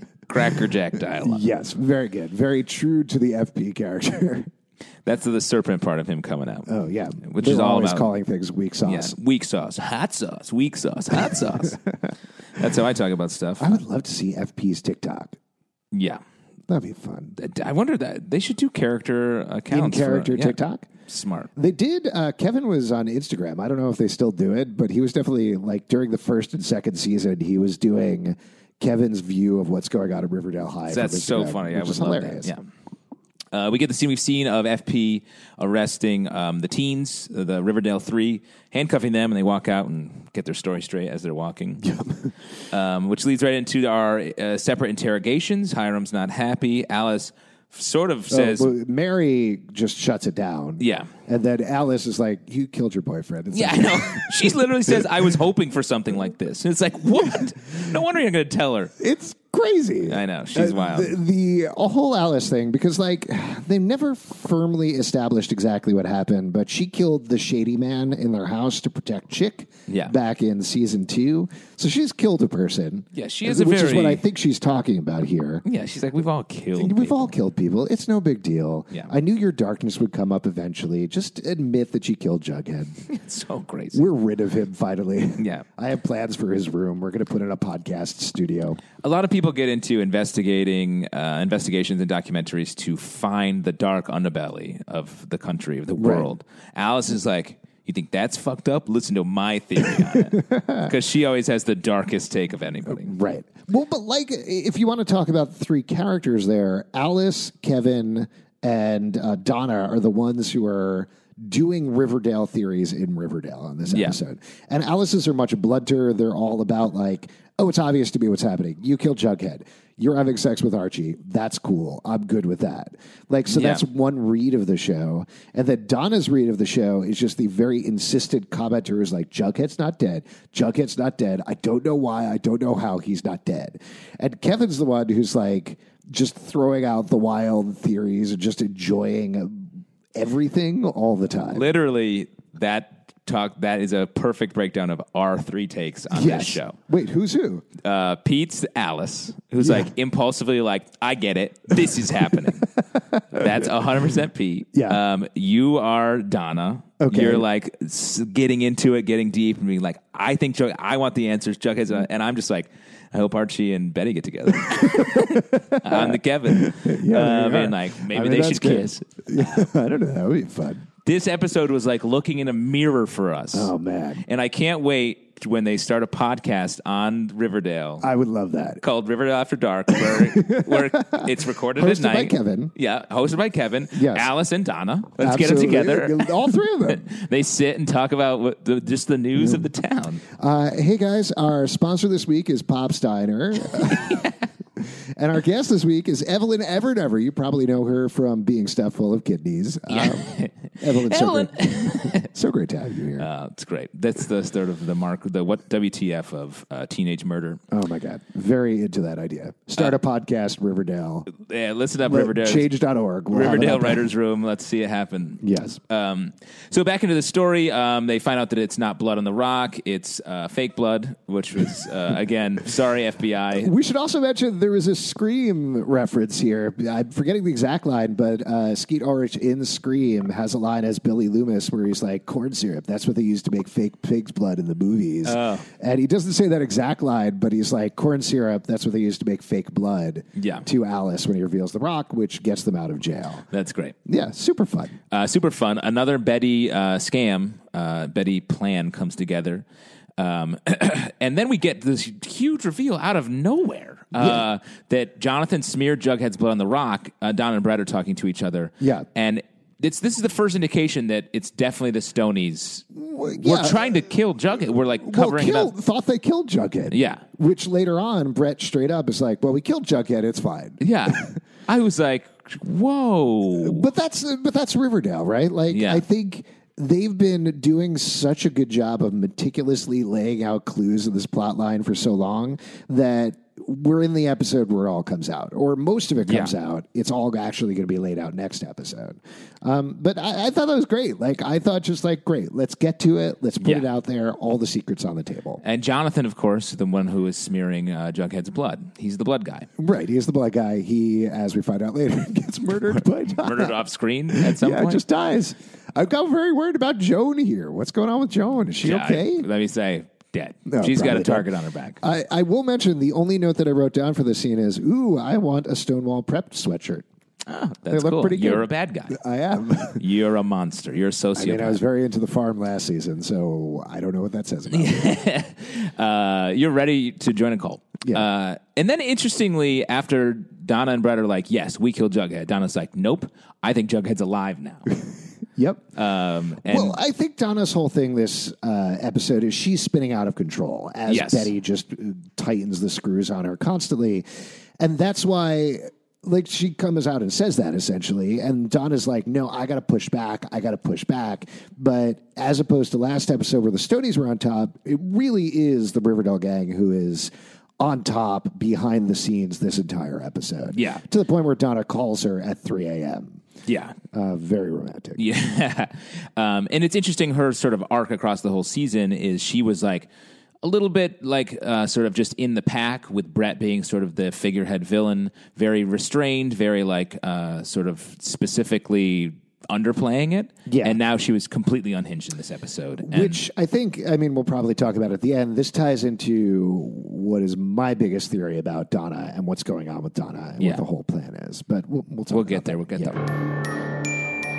B: [laughs] Crackerjack dialogue.
A: Yes, very good. Very true to the FP character. [laughs]
B: That's the serpent part of him coming out.
A: oh, yeah.
B: Which
A: They're
B: is all
A: always
B: about-
A: calling things weak
B: Yeah.
A: sauce.
B: Weak sauce, hot sauce, weak
A: [laughs]
B: sauce, hot sauce. That's how I talk about stuff.
A: I would love to see FP's TikTok.
B: Yeah.
A: That'd be fun.
B: I wonder that they should do character accounts.
A: In
B: for-
A: character
B: yeah.
A: TikTok?
B: Smart.
A: They did. Uh, Kevin was on Instagram. I don't know if they still do it, but he was definitely like during the first and second season, he was doing Kevin's view of what's going on at Riverdale High. from
B: That's so
A: Instagram,
B: funny. I
A: which
B: was
A: is
B: hilarious. Yeah. Uh, we get the scene we've seen of FP arresting um, the teens, uh, the Riverdale Three, handcuffing them, and they walk out and get their story straight as
A: [laughs]
B: they're walking. um, which leads right into our uh, separate interrogations. Hiram's not happy. Alice sort of says,
A: Oh, well, Mary just shuts it down.
B: Yeah.
A: and then Alice is like, "You killed your boyfriend." It's
B: "Yeah, I
A: like,
B: know." [laughs] she literally says, "I was hoping for something like this." And it's
A: [laughs]
B: like, "What? No wonder you're going to tell her."
A: it's crazy.
B: I know. She's wild.
A: Uh, The, the whole Alice thing, because like they never firmly established exactly what happened, but she killed the shady man in their house to protect Chick.
B: Yeah.
A: back in season two, so she's killed a person.
B: Yeah, she is a
A: which is what
B: very-
A: I think she's talking about here.
B: Yeah, she's like, "We've all killed."
A: We've
B: people."
A: all killed people. It's no big deal.
B: Yeah.
A: I knew your darkness would come up eventually. Just admit that you killed Jughead.
B: [laughs] It's so crazy.
A: We're rid of him finally.
B: [laughs] Yeah.
A: I have plans for his room. We're going to put in a podcast studio.
B: A lot of people get into investigating uh, investigations and documentaries to find the dark underbelly of the country, of the world. Alice is like, You think that's fucked up? Listen to my theory on it. Because she always has the darkest take of anybody.
A: Uh, Right. Well, but like, if you want to talk about the three characters there, Alice, Kevin, and uh, Donna are the ones who are doing Riverdale theories in Riverdale on this
B: Yeah.
A: episode. And Alice's are much blunter. They're all about like, oh, it's obvious to me what's happening. You killed Jughead. You're having sex with Archie. That's cool. I'm good with that. Like, so
B: Yeah.
A: that's one read of the show. And then Donna's read of the show is just the very insistent commenter who's like, Jughead's not dead. Jughead's not dead. I don't know why. I don't know how he's not dead. And Kevin's the one who's like, just throwing out the wild theories and just enjoying everything all the time.
B: Literally, that talk, that is a perfect breakdown of our three takes on this show.
A: Wait, who's who?
B: uh, Pete's Alice, who's
A: Yeah.
B: like impulsively like, I get it. This is happening.
A: [laughs]
B: That's 100% Pete.
A: Yeah.
B: Um, you are Donna.
A: Okay.
B: You're like s- getting into it, getting deep, and being like, I think Chuck, I want the answers. Chuck has,
A: Mm-hmm.
B: a, and I'm just like, I hope Archie and Betty
A: [laughs]
B: get together. I'm the Kevin.
A: there
B: um,
A: you
B: and
A: are.
B: like, maybe
A: I mean,
B: they
A: that's
B: should
A: good.
B: kiss.
A: Yeah, [laughs] I don't know. That would be fun.
B: This episode was like looking in a mirror for us.
A: Oh, man.
B: And I can't wait when they start a podcast on Riverdale
A: I would love that.
B: called Riverdale After Dark, where, where
A: [laughs]
B: it's recorded
A: Hosted by
B: at night.
A: Kevin.
B: Yeah, hosted by Kevin.
A: Yes.
B: Alice and Donna. Let's
A: Absolutely.
B: get it together.
A: All three of them.
B: [laughs] they sit and talk about what the, just the news of the town.
A: Uh, hey guys, our sponsor this week is Pop
B: [laughs]
A: Steiner. And our guest this week is Evelyn Evernever. You probably know her from being stuffed full of kidneys. Um, Evelyn,
B: Evelyn.
A: So, great. so great to have you here.
B: Uh, it's great. That's the sort of the mark, the what WTF of uh, teenage murder.
A: oh my God. Very into that idea. Start a podcast, Riverdale.
B: Yeah, listen up, uh, Riverdale.
A: Change.org. We'll have it
B: Riverdale
A: up.
B: Writers Room. Let's see it happen.
A: Yes.
B: Um, so back into the story, um, they find out that it's not blood on the rock; it's uh, fake blood, which was uh, again,
A: [laughs]
B: sorry FBI.
A: We should also mention there is a Scream reference here. I'm forgetting the exact line, but uh, Skeet Ulrich in Scream has a line as Billy Loomis where he's like, corn syrup, that's what they used to make fake pig's blood in the movies.
B: Oh.
A: And he doesn't say that exact line, but he's like, corn syrup, that's what they used to make fake blood
B: Yeah.
A: to Alice when he reveals the rock, which gets them out of jail.
B: That's great,
A: Yeah, super fun.
B: uh, super fun. Another Betty uh, scam, uh, Betty plan comes together, um, [clears throat] and then we get this huge reveal out of nowhere uh, that Jonathan smeared Jughead's blood on the rock. Uh, Don and Brad are talking to each other,
A: Yeah.
B: and. It's, this is the first indication that it's definitely the Stonies. We're
A: yeah.
B: trying to kill Jughead. We're like covering
A: well,
B: it
A: kill,
B: up.
A: thought they killed Jughead.
B: Yeah.
A: Which later on, Brett straight up is like, well, we killed Jughead, it's fine.
B: Yeah.
A: [laughs]
B: I was like, whoa.
A: But that's but that's Riverdale, right? Like
B: Yeah.
A: I think they've been doing such a good job of meticulously laying out clues in this plot line for so long that we're in the episode where it all comes out, or most of it comes
B: Yeah.
A: out. It's all actually going to be laid out next episode. Um, but I, I thought that was great. Like I thought, just like great, let's get to it. Let's put
B: Yeah.
A: it out there. All the secrets on the table.
B: And Jonathan, of course, the one who is smearing uh, Jughead's blood. He's the blood guy.
A: Right? He is the black guy. He, as we find out later, [laughs] gets murdered by Donna. [laughs]
B: Murdered off screen at some
A: yeah,
B: point.
A: just dies. I got very worried about Joan here. What's going on with Joan? Is she
B: Yeah,
A: okay?
B: let me say, dead.
A: No,
B: She's got a
A: probably dead. Uh,
B: target on her back.
A: I, I will mention the only note that I wrote down for this scene is, ooh, I want a Stonewall prepped sweatshirt.
B: That's
A: look
B: cool.
A: pretty
B: You're
A: good.
B: a bad guy.
A: I am.
B: You're a monster. You're a
A: [laughs]
B: sociopath.
A: I mean, I was very into the farm last season, so I don't know what that says about
B: [laughs]
A: me.
B: uh, you're ready to join a cult.
A: Yeah.
B: Uh, and then interestingly, after Donna and Brett are like, yes, we killed Jughead, Donna's like, nope, I think Jughead's alive
A: [laughs]
B: now.
A: Yep.
B: Um, and
A: well, I think Donna's whole thing this uh, episode is she's spinning out of control as
B: Yes.
A: Betty just uh, tightens the screws on her constantly. And that's why, like, she comes out and says that essentially. And Donna's like, no, I got to push back. I got to push back. But as opposed to last episode where the Stonies were on top, it really is the Riverdale gang who is. On top, behind the scenes, this entire episode.
B: Yeah.
A: To the point where Donna calls her at 3 a.m.
B: yeah,
A: Uh, very romantic.
B: Yeah. [laughs] Um, and it's interesting, her sort of arc across the whole season is she was like a little bit like uh, sort of just in the pack with Brett being sort of the figurehead villain, very restrained, very like uh, sort of specifically underplaying it.
A: Yeah.
B: And now she was completely unhinged in this episode. And
A: Which I think, I mean, we'll probably talk about at the end. This ties into what is my biggest theory about Donna and what's going on with Donna and
B: Yeah.
A: what the whole plan is. But we'll, we'll talk.
B: we'll
A: about
B: get
A: that.
B: there. We'll get
A: Yeah.
B: there.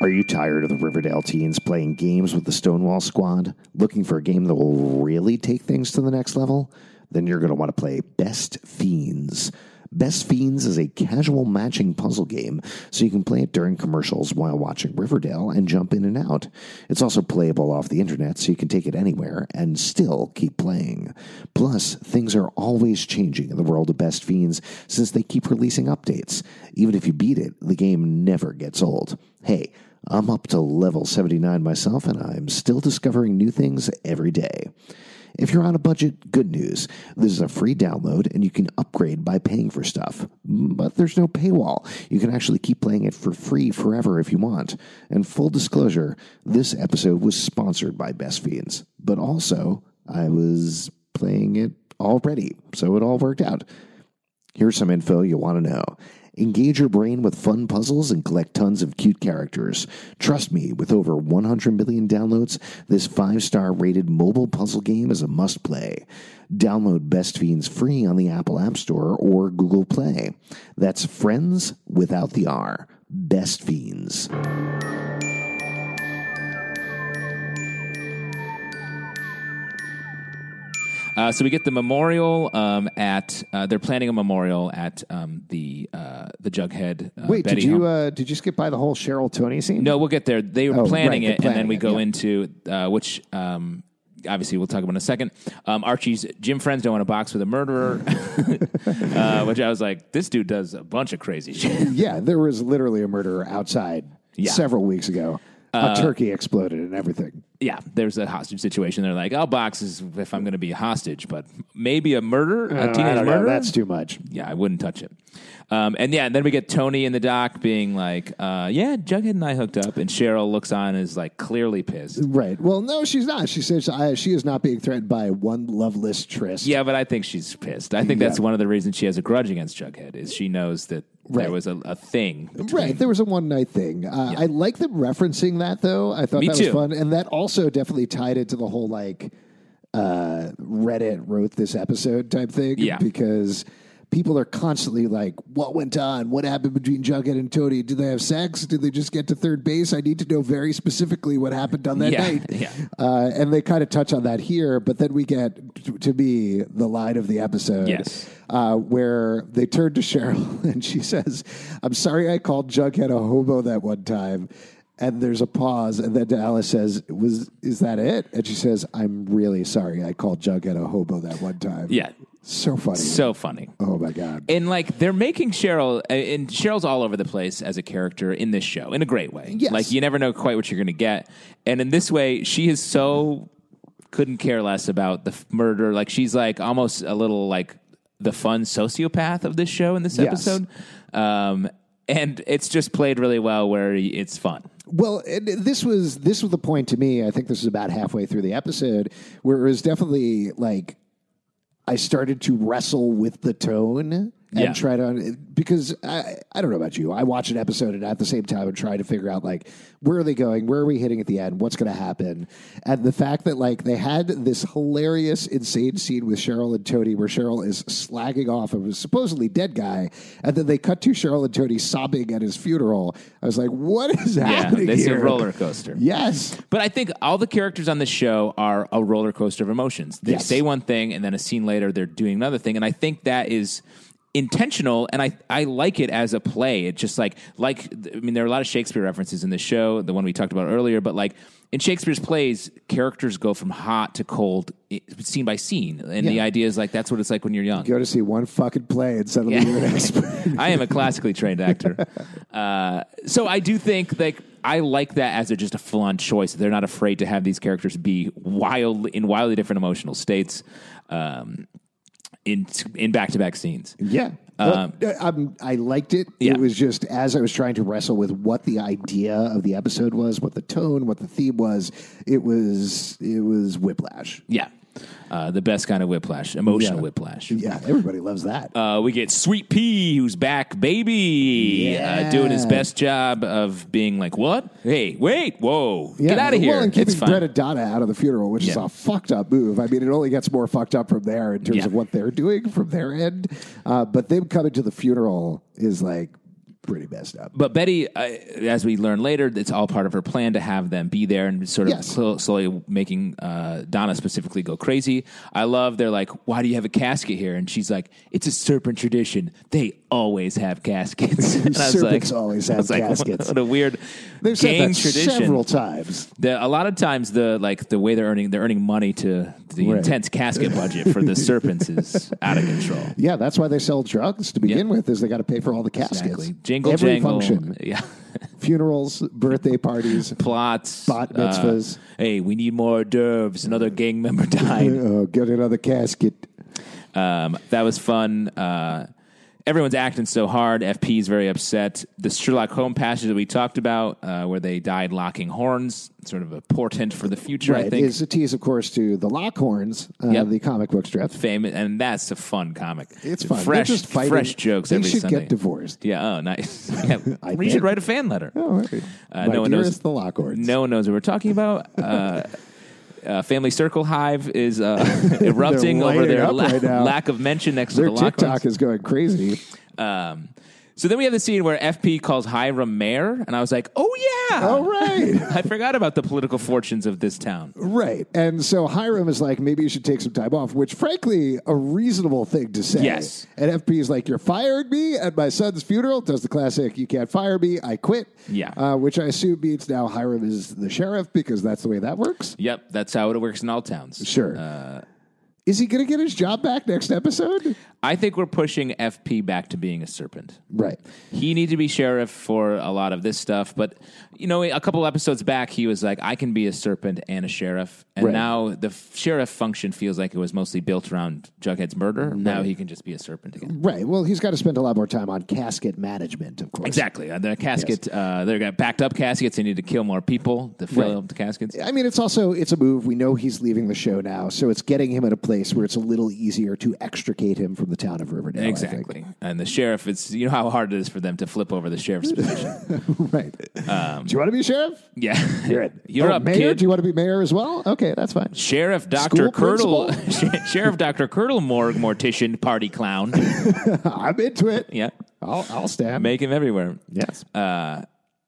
A: Are you tired of the Riverdale teens playing games with the Stonewall Squad? Looking for a game that will really take things to the next level? Then you're going to want to play Best Fiends. Best Fiends is a casual matching puzzle game, so you can play it during commercials while watching Riverdale and jump in and out. It's also playable off the internet, so you can take it anywhere and still keep playing. Plus, things are always changing in the world of Best Fiends since they keep releasing updates. Even if you beat it, the game never gets old. Hey, I'm up to level 79 myself, and I'm still discovering new things every day. If you're on a budget, good news. This is a free download, and you can upgrade by paying for stuff. But there's no paywall. You can actually keep playing it for free forever if you want. And full disclosure this episode was sponsored by Best Fiends, but also I was playing it already, so it all worked out. Here's some info you'll want to know. Engage your brain with fun puzzles and collect tons of cute characters. Trust me, with over 100 million downloads, this five star rated mobile puzzle game is a must play. Download Best Fiends free on the Apple App Store or Google Play. That's Friends without the R. Best Fiends.
B: Uh, so we get the memorial um, at. Uh, they're planning a memorial at um, the uh, the Jughead. Uh,
A: Wait,
B: Betty
A: did you
B: home.
A: uh, did you skip by the whole Cheryl Tony scene?
B: No, we'll get there. They were
A: Oh,
B: planning
A: right,
B: it,
A: they're
B: and then
A: planning
B: we
A: it,
B: go
A: yeah.
B: into uh, which um, obviously we'll talk about in a second. Um, Archie's gym friends don't want to box with a murderer, [laughs] uh, which I was like, this dude does a bunch of crazy shit. [laughs]
A: Yeah, there was literally a murderer outside
B: Yeah. Uh,
A: several weeks ago. a turkey exploded and everything.
B: yeah, there's a hostage situation. They're like, I'll box is if I'm going to be a hostage, but maybe a murder, a
A: Uh, I
B: teenage
A: don't know,
B: murder.
A: That's too much.
B: yeah, I wouldn't touch it. Um, and yeah, and then we get Tony in the doc being like, uh, "Yeah, Jughead and I hooked up," and Cheryl looks on and is like clearly pissed.
A: Right. Well, no, she's not. She says I, she is not being threatened by one loveless tryst.
B: Yeah, but I think she's pissed. I think that's one of the reasons she has a grudge against Jughead is she knows that
A: Right.
B: there was a, a thing.
A: Right, there was a one night thing. Uh, I like them referencing that though. I thought
B: Me
A: that
B: too.
A: was fun, and that also definitely tied it to the whole like uh, Reddit wrote this episode type thing.
B: Yeah.
A: because people are constantly like, "What went on? What happened between Jughead and Tony? Did they have sex? Did they just get to third base? I need to know very specifically what happened on that
B: Yeah,
A: night."
B: yeah.
A: Uh, and they kind of touch on that here, but then we get t- to be the line of the episode
B: Yes.
A: uh, where they turned to Cheryl [laughs] and she says, I'm sorry I called Jughead a hobo that one time. And there's a pause, and then Alice says, "Was is that it?" And she says, "I'm really sorry. I called Jughead a hobo that one time."
B: Yeah.
A: so funny.
B: So funny.
A: oh my god.
B: And like they're making Cheryl, uh, and Cheryl's all over the place as a character in this show in a great way.
A: Yes.
B: Like you never know quite what you're going to get, and in this way, she is so couldn't care less about the f- murder. Like she's like almost a little like the fun sociopath of this show in this
A: Yes.
B: episode, um, and it's just played really well where it's fun.
A: Well, and this was this was the point to me. I think this is about halfway through the episode where it was definitely like I started to wrestle with the tone and
B: Yeah.
A: try to because I I don't know about you. I watch an episode and at the same time I'm trying to figure out like where are they going? Where are we hitting at the end? What's going to happen? And the fact that like they had this hilarious insane scene with Cheryl and Tony where Cheryl is slagging off of a supposedly dead guy and then they cut to Cheryl and Tony sobbing at his funeral. I was like, what is [laughs]
B: Yeah,
A: happening
B: it's a
A: here?
B: roller coaster.
A: Yes.
B: But I think all the characters on the show are a roller coaster of emotions. They
A: Yes.
B: say one thing, and then a scene later, they're doing another thing, and I think that is intentional. And I I like it as a play. It's just like like I mean, there are a lot of Shakespeare references in the show, the one we talked about earlier. But like in Shakespeare's plays, characters go from hot to cold, i- scene by scene, and the
A: Yeah.
B: idea is like that's what it's like when you're young.
A: Go to see one fucking play and suddenly
B: Yeah.
A: you're an expert. [laughs]
B: [laughs] I am a classically trained actor. Uh, so I do think like I like that as a, just a full on choice. They're not afraid to have these characters be wild in wildly different emotional states um, in in back to back scenes.
A: Yeah. Well, um, I liked it.
B: Uh, yeah.
A: It was just as I was trying to wrestle with what the idea of the episode was, what the tone, what the theme was. It was it was whiplash.
B: Yeah, uh, the best kind of whiplash, emotional
A: Yeah.
B: whiplash.
A: Yeah, everybody loves that.
B: Uh, we get Sweet Pea, who's back, baby, uh,
A: Yeah.
B: doing his best job of being like, "What? Hey, wait, whoa,
A: yeah,
B: get out of here!"
A: Well, and
B: it's
A: keeping
B: fine.
A: Brett and Donna out of the funeral, which is
B: Yeah.
A: a fucked up move. I mean, it only gets more fucked up from there in terms
B: Yeah.
A: of what they're doing from their end. Uh, but them coming to the funeral is like pretty messed up.
B: But Betty, uh, as we learn later, it's all part of her plan to have them be there and sort of
A: Yes.
B: cl- slowly making uh, Donna specifically go crazy. I love they're like, "Why do you have a casket here?" And she's like, "It's a serpent tradition. They always have caskets." [laughs] and I was
A: Serpents
B: like,
A: always
B: [laughs] I
A: have
B: was like,
A: caskets.
B: What a weird
A: They've said
B: gang
A: that
B: tradition.
A: several times.
B: The, a lot of times, the like the way they're earning they're earning money to the
A: Right.
B: intense casket budget
A: [laughs]
B: for the serpents is out of control.
A: Yeah, that's why they sell drugs to begin with. Is they got to pay for all the caskets.
B: Exactly. Jingle
A: Every
B: jangle.
A: function,
B: Yeah. [laughs]
A: funerals, birthday parties.
B: plots,
A: Bat
B: uh,
A: mitzvahs.
B: hey, we need more hors d'oeuvres. Another gang
A: [laughs]
B: member [laughs] died.
A: oh, get another casket.
B: um, that was fun. Uh, everyone's acting so hard. FP is very upset. The Sherlock Holmes passage that we talked about, uh, where they died locking horns, sort of a portent for the future. I
A: Right,
B: think
A: is a tease, of course, to the Lockhorns, uh,
B: Yep.
A: the comic book strip.
B: famous, and that's a fun comic.
A: It's fun. They're
B: Fresh,
A: just fighting.
B: fresh jokes
A: They
B: every
A: should
B: Sunday.
A: get divorced.
B: Yeah. Oh, nice. [laughs] Yeah.
A: [laughs] I
B: we
A: think.
B: should write a fan letter.
A: Oh,
B: Uh,
A: My
B: no one knows-
A: dearest the Lockhorns.
B: No one knows what we're
A: [laughs]
B: talking about. Uh, uh, Family Circle Hive
A: [laughs]
B: is uh, [laughs] erupting over
A: lighting
B: their
A: up
B: la-
A: right now.
B: lack of mention next
A: their
B: [laughs] to the lock.
A: TikTok is going crazy.
B: Um, So then we have the scene where FP calls Hiram mayor, and I was like, oh yeah,
A: All right.
B: I forgot about the political fortunes of this town.
A: Right. And so Hiram is like, maybe you should take some time off, which frankly, a reasonable thing to say.
B: Yes.
A: And FP is like, you're fired me at my son's funeral. Does the classic, you can't fire me, I quit.
B: Yeah.
A: Uh, which I assume means now Hiram is the sheriff because that's the way that works.
B: Yep, that's how it works in all towns.
A: Sure. is he going to get his job back next episode?
B: I think we're pushing FP back to being a serpent.
A: Right.
B: He needed to be sheriff for a lot of this stuff, but you know, a couple episodes back, he was like, "I can be a serpent and a sheriff," and
A: Right.
B: now the f- sheriff function feels like it was mostly built around Jughead's murder. Now he can just be a serpent again.
A: Right. Well, he's got to spend a lot more time on casket management, of course.
B: Exactly. Uh, The casket. Uh, they got backed up caskets. They need to kill more people to fill up the caskets.
A: I mean, it's also it's a move. We know he's leaving the show now, so it's getting him at a place where it's a little easier to extricate him from the town of Riverdale. I think.
B: Exactly. And the sheriff. It's you know how hard it is for them to flip over the sheriff's position.
A: [laughs] [laughs] right. do you want to be sheriff?
B: Yeah, Um, [laughs] you're it.
A: Oh,
B: up,
A: mayor.
B: kid.
A: Do you want to be mayor as well? Okay, that's fine. [laughs]
B: Sheriff Doctor
A: principal?
B: Curdle, [laughs] Sheriff Doctor Curdle, morgue mortician, party clown.
A: I'm into
B: [laughs]
A: it.
B: yeah,
A: I'll, I'll stand.
B: make him everywhere.
A: yes.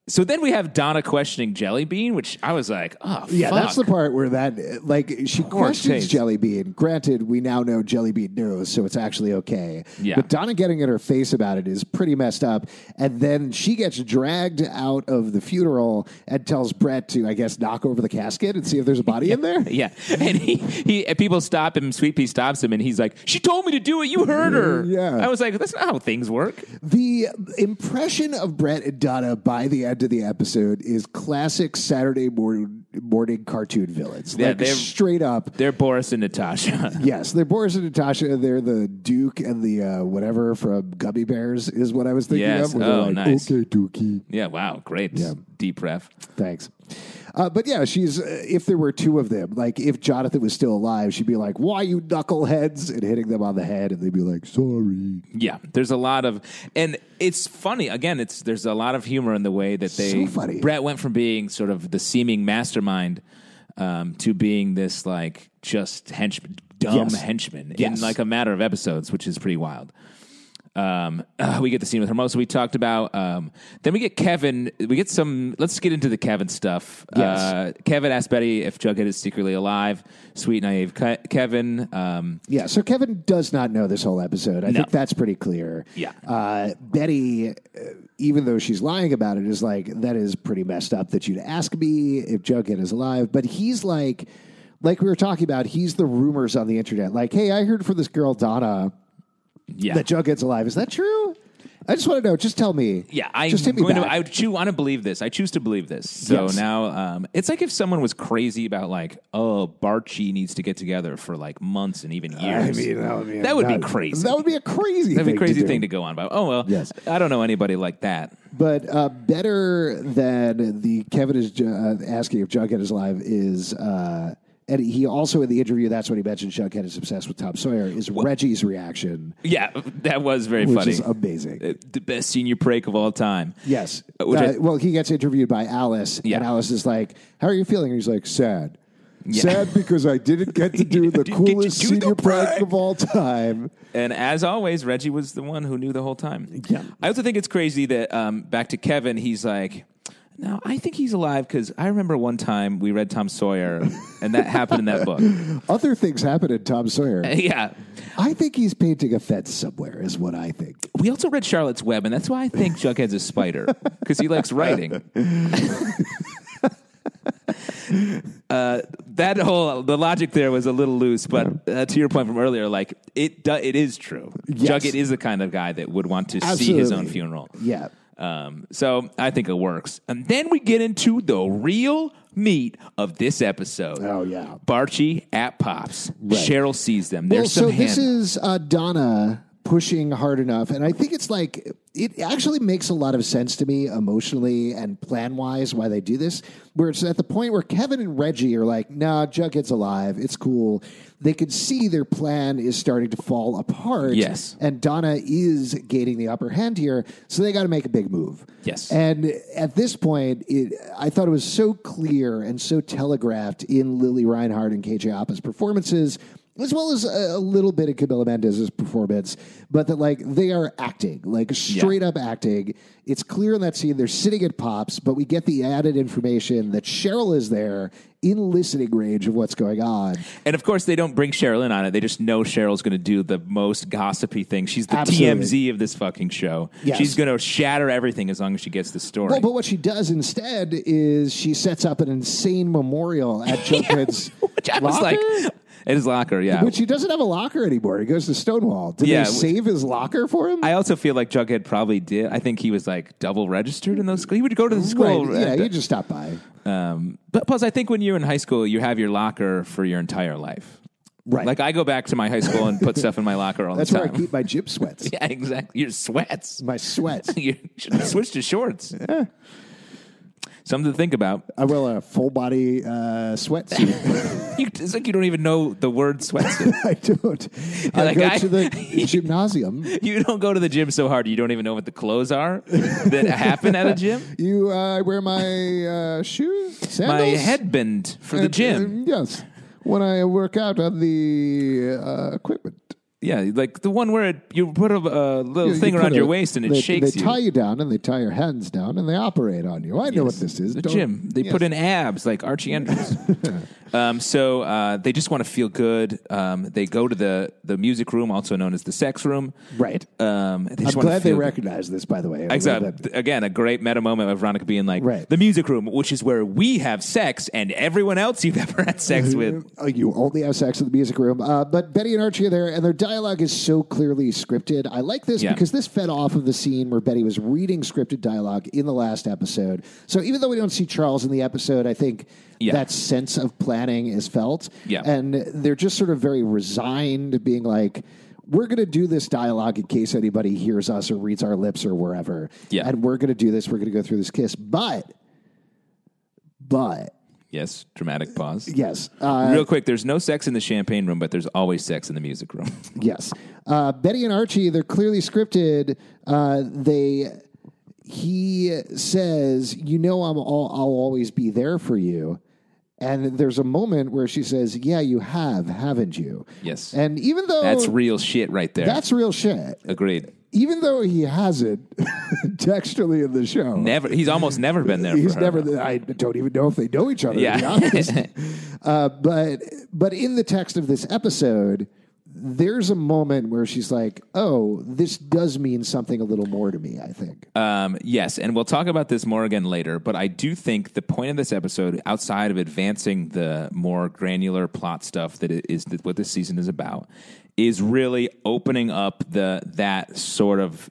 B: So then we have Donna questioning Jelly Bean, which I was like, oh,
A: yeah,
B: fuck.
A: that's the part where that like she questions
B: taste.
A: Jelly Bean. Granted, we now know Jelly Bean knows, so it's actually okay.
B: Yeah.
A: But Donna getting in her face about it is pretty messed up. And then she gets dragged out of the funeral and tells Brett to, I guess, knock over the casket and see if there's a body in
B: [laughs]
A: there.
B: Yeah, and he, he and people stop him. Sweet Pea stops him, and he's like, "She told me to do it. You heard her."
A: Yeah.
B: I was like, "That's not how things work."
A: The impression of Brett and Donna by the end of the episode is classic Saturday morning, morning cartoon villains.
B: Yeah,
A: like
B: they're-
A: straight up.
B: They're Boris and Natasha. [laughs]
A: Yes, they're Boris and Natasha. They're the Duke and the uh, whatever from Gummy Bears is what I was thinking
B: Yes.
A: of. where they're
B: Oh,
A: like,
B: nice.
A: Okay, Dookie.
B: yeah. Wow. Great. Deep ref.
A: Thanks. Uh, but yeah, she's. Uh, if there were two of them, like if Jonathan was still alive, she'd be like, "Why you knuckleheads?" and hitting them on the head, and they'd be like, "Sorry."
B: Yeah. There's a lot of, and it's funny. Again, it's there's a lot of humor in the way that
A: So
B: they.
A: funny.
B: Brett went from being sort of the seeming mastermind um, to being this like just henchman, dumb
A: Yes.
B: henchman
A: Yes.
B: in like a matter of episodes, which is pretty wild. Um, uh, we get the scene with Hermosa we talked about. Um, then we get Kevin. We get some. Let's get into the Kevin stuff.
A: Yes.
B: Uh, Kevin asks Betty if Jughead is secretly alive. Sweet naive Ke- Kevin. Um,
A: Yeah, so Kevin does not know this whole episode. I
B: No.
A: think that's pretty clear.
B: Yeah.
A: Uh, Betty, uh, even though she's lying about it, is like, that is pretty messed up that you'd ask me if Jughead is alive. But he's like, like we were talking about, he's the rumors on the internet. Like, hey, I heard from this girl, Donna,
B: yeah.
A: that Jughead's alive. Is that true? I just want to know. Just tell me.
B: Yeah, I
A: just hit me
B: going to,
A: back.
B: I choose, want to believe this. I choose to believe this. So
A: Yes.
B: now um, it's like if someone was crazy about like, oh, Barchi needs to get together for like months and even years.
A: that would be,
B: That would be crazy.
A: That would be a crazy.
B: That'd be a crazy
A: do.
B: thing to go on about. Oh well,
A: Yes.
B: I don't know anybody like that.
A: But uh, better than the Kevin is ju- uh, asking if Jughead is alive is, uh, and he also in the interview, that's when he mentioned Jughead is obsessed with Tom Sawyer, is Reggie's reaction,
B: Yeah, [laughs] that was very
A: which
B: funny.
A: is amazing.
B: Uh, the best senior prank of all time.
A: yes.
B: Uh, which I-
A: Uh, well, he gets interviewed by Alice,
B: Yeah.
A: and Alice is like, How are you feeling? And he's like, Sad.
B: Yeah.
A: Sad because I didn't get to
B: [laughs]
A: do the
B: Didn't get to
A: coolest
B: do the
A: senior prank
B: prank.
A: of all time.
B: And as always, Reggie was the one who knew the whole time.
A: Yeah.
B: I also think it's crazy that um, back to Kevin, he's like, no, I think he's alive because I remember one time we read Tom Sawyer, and
A: [laughs]
B: that happened in that book. Uh,
A: Other things happen in Tom Sawyer.
B: [laughs] Yeah.
A: I think he's painting a fence somewhere, is what I think.
B: We also read Charlotte's Web, and that's why I think Jughead's a spider because he likes
A: [laughs]
B: writing. uh, that whole the logic there was a little loose, but uh, to your point from earlier, like it do, it is true.
A: Yes.
B: Jughead is the kind of guy that would want to see his
A: Absolutely.
B: own funeral.
A: Yeah.
B: Um, so I think it works. And then we get into the real meat of this episode.
A: Oh, yeah.
B: Barchi at Pops. Cheryl sees them.
A: Well,
B: There's
A: so
B: some
A: this
B: hand-
A: is uh, Donna pushing hard enough, and I think it's like it actually makes a lot of sense to me emotionally and plan wise why they do this. Where it's at the point where Kevin and Reggie are like, "Nah, Jughead's alive. It's cool." They could see their plan is starting to fall apart.
B: Yes.
A: and Donna is gaining the upper hand here, so they got to make a big move.
B: Yes.
A: And at this point, it, I thought it was so clear and so telegraphed in Lily Reinhardt and KJ Appa's performances as well as a, a little bit of Camila Mendez's performance, but that like they are acting, like straight up acting. It's clear in that scene they're sitting at Pops, but we get the added information that Cheryl is there in listening range of what's going on.
B: And of course, they don't bring Cheryl in on it. They just know Cheryl's going to do the most gossipy thing. She's the
A: Absolutely.
B: TMZ of this fucking show.
A: Yes.
B: She's going to shatter everything as long as she gets the story.
A: Well, but what she does instead is she sets up an insane memorial at
B: [laughs]
A: Jughead's
B: which I was like, it is locker, yeah.
A: which he doesn't have a locker anymore. He goes to Stonewall. Did
B: Uh, Yeah,
A: they
B: which-
A: save his locker for him?
B: I also feel like Jughead probably did. I think he was like double registered in those schools. He would go to the school.
A: right. Yeah,
B: at the-
A: you just stop by.
B: um, but plus, I think when you're in high school, you have your locker for your entire life.
A: Right.
B: Like I go back to my high school and put stuff in my locker all
A: That's
B: the
A: where I
B: time.
A: keep my gym sweats.
B: [laughs] yeah, exactly. Your sweats. [laughs]
A: My sweats.
B: you should switch to shorts. Something to think about.
A: I wear a full body uh,
B: [laughs]
A: sweatsuit. [laughs]
B: You, it's like you don't even know the word sweatsuit.
A: I don't. I
B: Like,
A: go
B: I-
A: to the gymnasium.
B: [laughs] you don't go to the gym so hard you don't even know what the clothes are
A: [laughs]
B: that happen at a gym.
A: You, uh, I wear my uh, shoes, sandals,
B: My headband for the
A: and-
B: gym.
A: and- yes, when I work out on the uh, equipment.
B: Yeah, like the one where it, you put a, a little
A: You- you
B: thing
A: put
B: around
A: a-
B: your waist and it
A: they,
B: shakes
A: They
B: you.
A: tie you down and they tie your hands down and they operate on you. I know what this is.
B: the
A: Don't-
B: gym. They
A: yes.
B: put in abs like Archie
A: [laughs]
B: Andrews. um, so uh, they just want to feel good. Um, they go to the, the music room, also known as the sex room.
A: Right.
B: Um, they
A: I'm
B: just wanna
A: glad they
B: feel-
A: recognize this, by the way.
B: Exactly. Again, a great meta moment of Veronica being like,
A: Right.
B: the music room, which is where we have sex and everyone else you've [laughs] ever had
A: [laughs]
B: sex with.
A: Oh, you only have sex in the music room. Uh, but Betty and Archie are there, and their dialogue is so clearly scripted. I like this
B: Yeah.
A: because this fed off of the scene where Betty was reading scripted dialogue in the last episode. So even though we don't see Charles in the episode, I think
B: Yeah.
A: that sense of planning is felt.
B: Yeah.
A: And they're just sort of very resigned, to being like, we're going to do this dialogue in case anybody hears us or reads our lips or wherever.
B: Yeah.
A: And we're going to do this. We're going to go through this kiss. But, but,
B: Yes, dramatic pause.
A: yes. Uh,
B: Real quick, there's no sex in the champagne room, but there's always sex in the music room.
A: Yes. Uh, Betty and Archie, they're clearly scripted. Uh, they he says, "You know, I'm all, I'll always be there for you." And there's a moment where she says, "Yeah, you have, haven't you?"
B: Yes.
A: And even though
B: That's real shit right there.
A: Oh. that's real shit,
B: Agreed.
A: even though he has it [laughs] textually in the show,
B: Never. He's almost never been there.
A: He's
B: for her.
A: never. I don't even know if they know each other. To be
B: Yeah. [laughs]
A: honest. uh, but but in the text of this episode, there's a moment where she's like, "Oh, this does mean something a little more to me." I think.
B: Um, yes, and we'll talk about this more again later. But I do think the point of this episode, outside of advancing the more granular plot stuff that it is that what this season is about, is really opening up the that sort of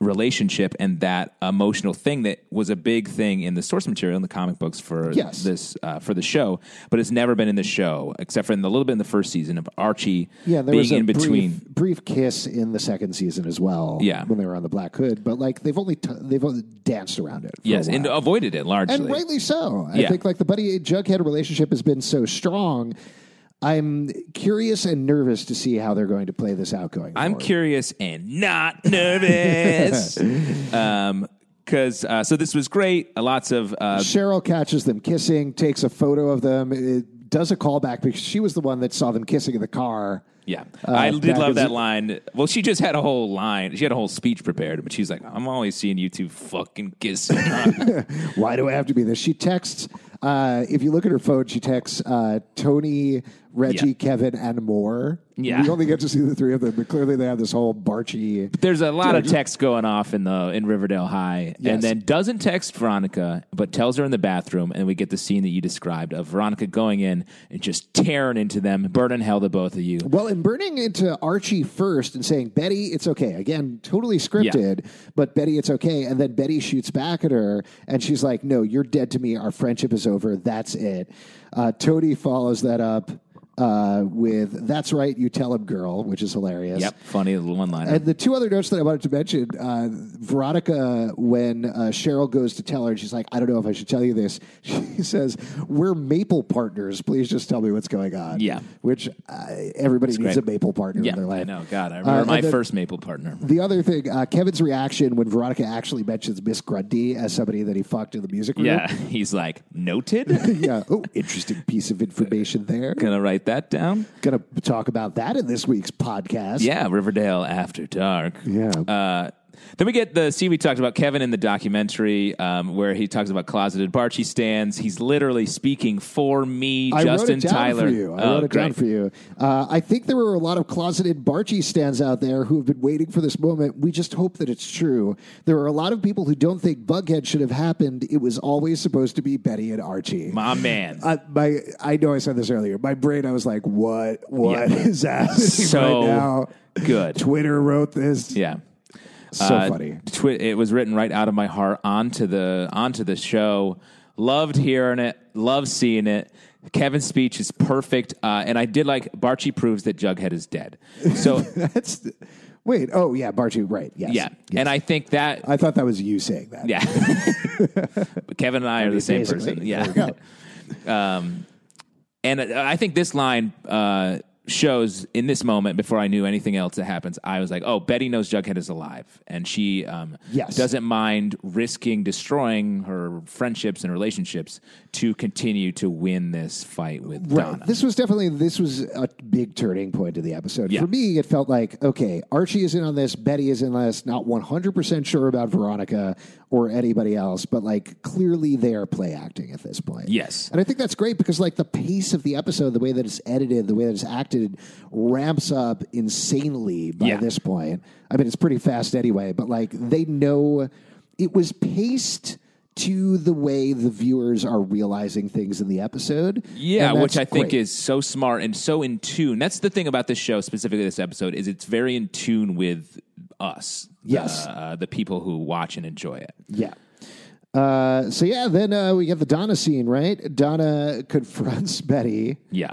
B: relationship and that emotional thing that was a big thing in the source material in the comic books for
A: Yes.
B: this uh, for the show, but it's never been in the show except for in the little bit in the first season of Archie
A: yeah, there
B: being
A: was a
B: in
A: brief,
B: between.
A: brief kiss in the second season as well.
B: Yeah.
A: when they were on the Black Hood, but like they've only t- they've only danced around it. for a
B: Yes, and
A: while.
B: avoided it largely.
A: and rightly so. I
B: Yeah.
A: think like the Buddy Jughead relationship has been so strong. I'm curious and nervous to see how they're going to play this out going.
B: I'm
A: forward.
B: curious and not [laughs] nervous. um, Cause uh, so this was great. Uh, lots of uh,
A: Cheryl catches them kissing, takes a photo of them, it does a callback because she was the one that saw them kissing in the car. Uh,
B: yeah. I did
A: that
B: love
A: is-
B: Uh, that line. Well, she just had a whole line. She had a whole speech prepared, but she's like, "I'm always seeing you two fucking kiss."
A: Why do I have to be this? She texts. Uh, if you look at her phone, she texts uh, Tony, Reggie,
B: Yeah.
A: Kevin, and more.
B: Yeah.
A: we only get to see the three of them, but clearly they have this whole Barchi.
B: [laughs] There's a lot of text going off in the in Riverdale High,
A: Yes.
B: and then doesn't text Veronica, but tells her in the bathroom, and we get the scene that you described of Veronica going in and just tearing into them, burning hell to both of you.
A: Well, and burning into Archie first and saying, Betty, it's okay. Again, totally scripted, but Betty, it's okay. And then Betty shoots back at her and she's like, No, you're dead to me. Our friendship is over. That's it. Uh, Tony follows that up uh, with, That's right. You tell him, girl, which is hilarious.
B: Yep, funny little one liner.
A: And the two other notes that I wanted to mention uh, Veronica, when uh, Cheryl goes to tell her, and she's like, I don't know if I should tell you this. [laughs] She says, We're maple partners. Please just tell me what's going on.
B: Yeah.
A: Which uh, everybody needs
B: great.
A: a maple partner
B: Yeah,
A: in their life. Uh,
B: I know. God, I remember
A: and
B: my
A: then-
B: first
A: [laughs]
B: Maple partner.
A: The other thing, uh, Kevin's reaction when Veronica actually mentions Miss Grundy as somebody that he fucked in [laughs] the music room.
B: Yeah, he's like noted.
A: [laughs] yeah. Oh, interesting piece of information there.
B: Gonna write write that down.
A: Going to talk about that in this week's podcast.
B: Yeah, Riverdale After Dark.
A: Yeah.
B: Uh, then we get the scene we talked about, Kevin in the documentary, um, where he talks about closeted Barchi stands. He's literally speaking for me,
A: I
B: Justin
A: wrote it down
B: Tyler.
A: for you. I
B: Oh,
A: wrote it down
B: great.
A: for you. Uh, I think there were a lot of closeted Barchi stands out there who have been waiting for this moment. We just hope that it's true. There are a lot of people who don't think Bughead should have happened. It was always supposed to be Betty and Archie.
B: My man.
A: Uh, my, [laughs] I know I said this earlier. My brain, I was like, "What? What
B: Yeah.
A: is happening
B: So
A: right now?"
B: good.
A: Twitter wrote this.
B: yeah.
A: So
B: Uh,
A: funny. [laughs]
B: twi- it was written right out of my heart onto the onto the show. Loved hearing it. Loved seeing it. Kevin's speech is perfect, uh, and I did like Barchi proves that Jughead is dead.
A: [laughs]
B: So
A: That's wait. Oh yeah, Barchi. Right. Yes.
B: yeah,
A: Yes.
B: and I think that
A: I thought that was you saying that.
B: Yeah. But [laughs] Kevin and I, are the same
A: basically.
B: person.
A: There
B: Yeah. [laughs] um, and I I think this line uh, shows in this moment, before I knew anything else that happens, I was like, oh, Betty knows Jughead is alive. And she um,
A: Yes.
B: doesn't mind risking destroying her friendships and relationships to continue to win this fight with
A: Right.
B: Donna.
A: This was definitely this was a big turning point to the episode.
B: Yeah.
A: For me, it felt like okay, Archie is in on this, Betty is in on this. Not one hundred percent sure about Veronica or anybody else, but like clearly they are play acting at this point.
B: Yes.
A: and I think that's great because like the pace of the episode, the way that it's edited, the way that it's acted, ramps up insanely by
B: Yeah.
A: this point. I mean, it's pretty fast anyway, but like they know it was paced. To the way the viewers are realizing things in the episode,
B: Yeah,
A: and
B: which I
A: that's
B: think
A: great.
B: is so smart and so in tune. That's the thing about this show, specifically this episode, is it's very in tune with us.
A: Yes.
B: the, uh, the people who watch and enjoy it.
A: yeah. Uh, so yeah, then uh, we get the Donna scene, right? Donna confronts [laughs] Betty.
B: Yeah,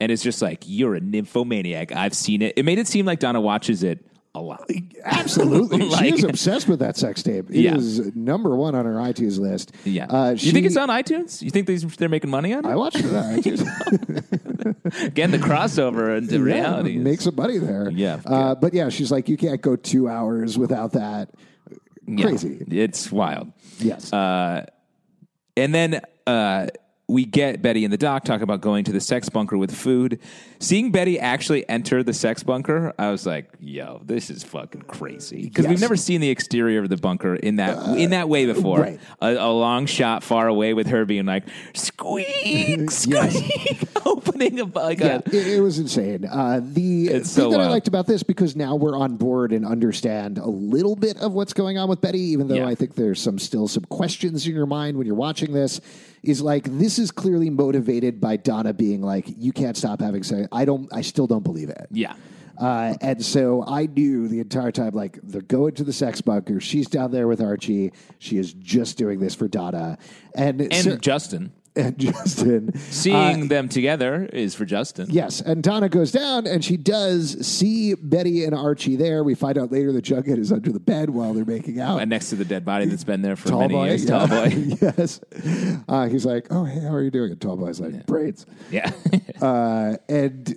B: and it's just like you're a nymphomaniac. I've seen it. It made it seem like Donna watches it a lot.
A: Uh,
B: [laughs]
A: Absolutely, she
B: Like-
A: is obsessed with that sex tape. It is
B: Yeah.
A: number one on her iTunes list.
B: Yeah,
A: uh,
B: you think
A: she-
B: it's on iTunes? You think these, they're making money on it?
A: I watched
B: [laughs]
A: it on [laughs] iTunes.
B: Again, the crossover into reality. is-
A: make some money there.
B: Yeah.
A: uh, but yeah, she's like, you can't go two hours without that.
B: Yeah.
A: Crazy.
B: It's wild.
A: Yes.
B: And then uh, we get Betty and the doc talk about going to the sex bunker with food. Seeing Betty actually enter the sex bunker, I was like, "Yo, this is fucking crazy." Because
A: Yes. Uh,
B: we've never seen the exterior of the bunker in that in that way before.
A: right.
B: A, a long shot far away with her being like,
A: [laughs]
B: "Squeak, squeak," [laughs] opening a like
A: yeah,
B: a-
A: it, it was insane. Uh, the
B: It's
A: thing
B: so
A: that I
B: wild.
A: liked about this because now we're on board and understand a little bit of what's going on with Betty, even though
B: Yeah.
A: I think there's some still some questions in your mind when you're watching this. Is like this is clearly motivated by Donna being like, you can't stop having sex. I don't. I still don't believe it.
B: yeah.
A: Uh, and so I knew the entire time, like, they're going to the sex bunker. She's down there with Archie. She is just doing this for Donna. And,
B: And
A: so-
B: Justin
A: [laughs] and Justin.
B: seeing them together is for Justin.
A: Yes, and Donna goes down, and she does see Betty and Archie there. We find out later that Jughead is under the bed while they're making out.
B: And Uh, next to the dead body that's been there for
A: Tall
B: many
A: boy, [laughs]
B: years,
A: yeah.
B: tall boy. [laughs]
A: yes, uh, he's like, "Oh, hey, how are you doing?" And tall boy's like, "Braids."
B: Yeah,
A: [laughs] Uh, and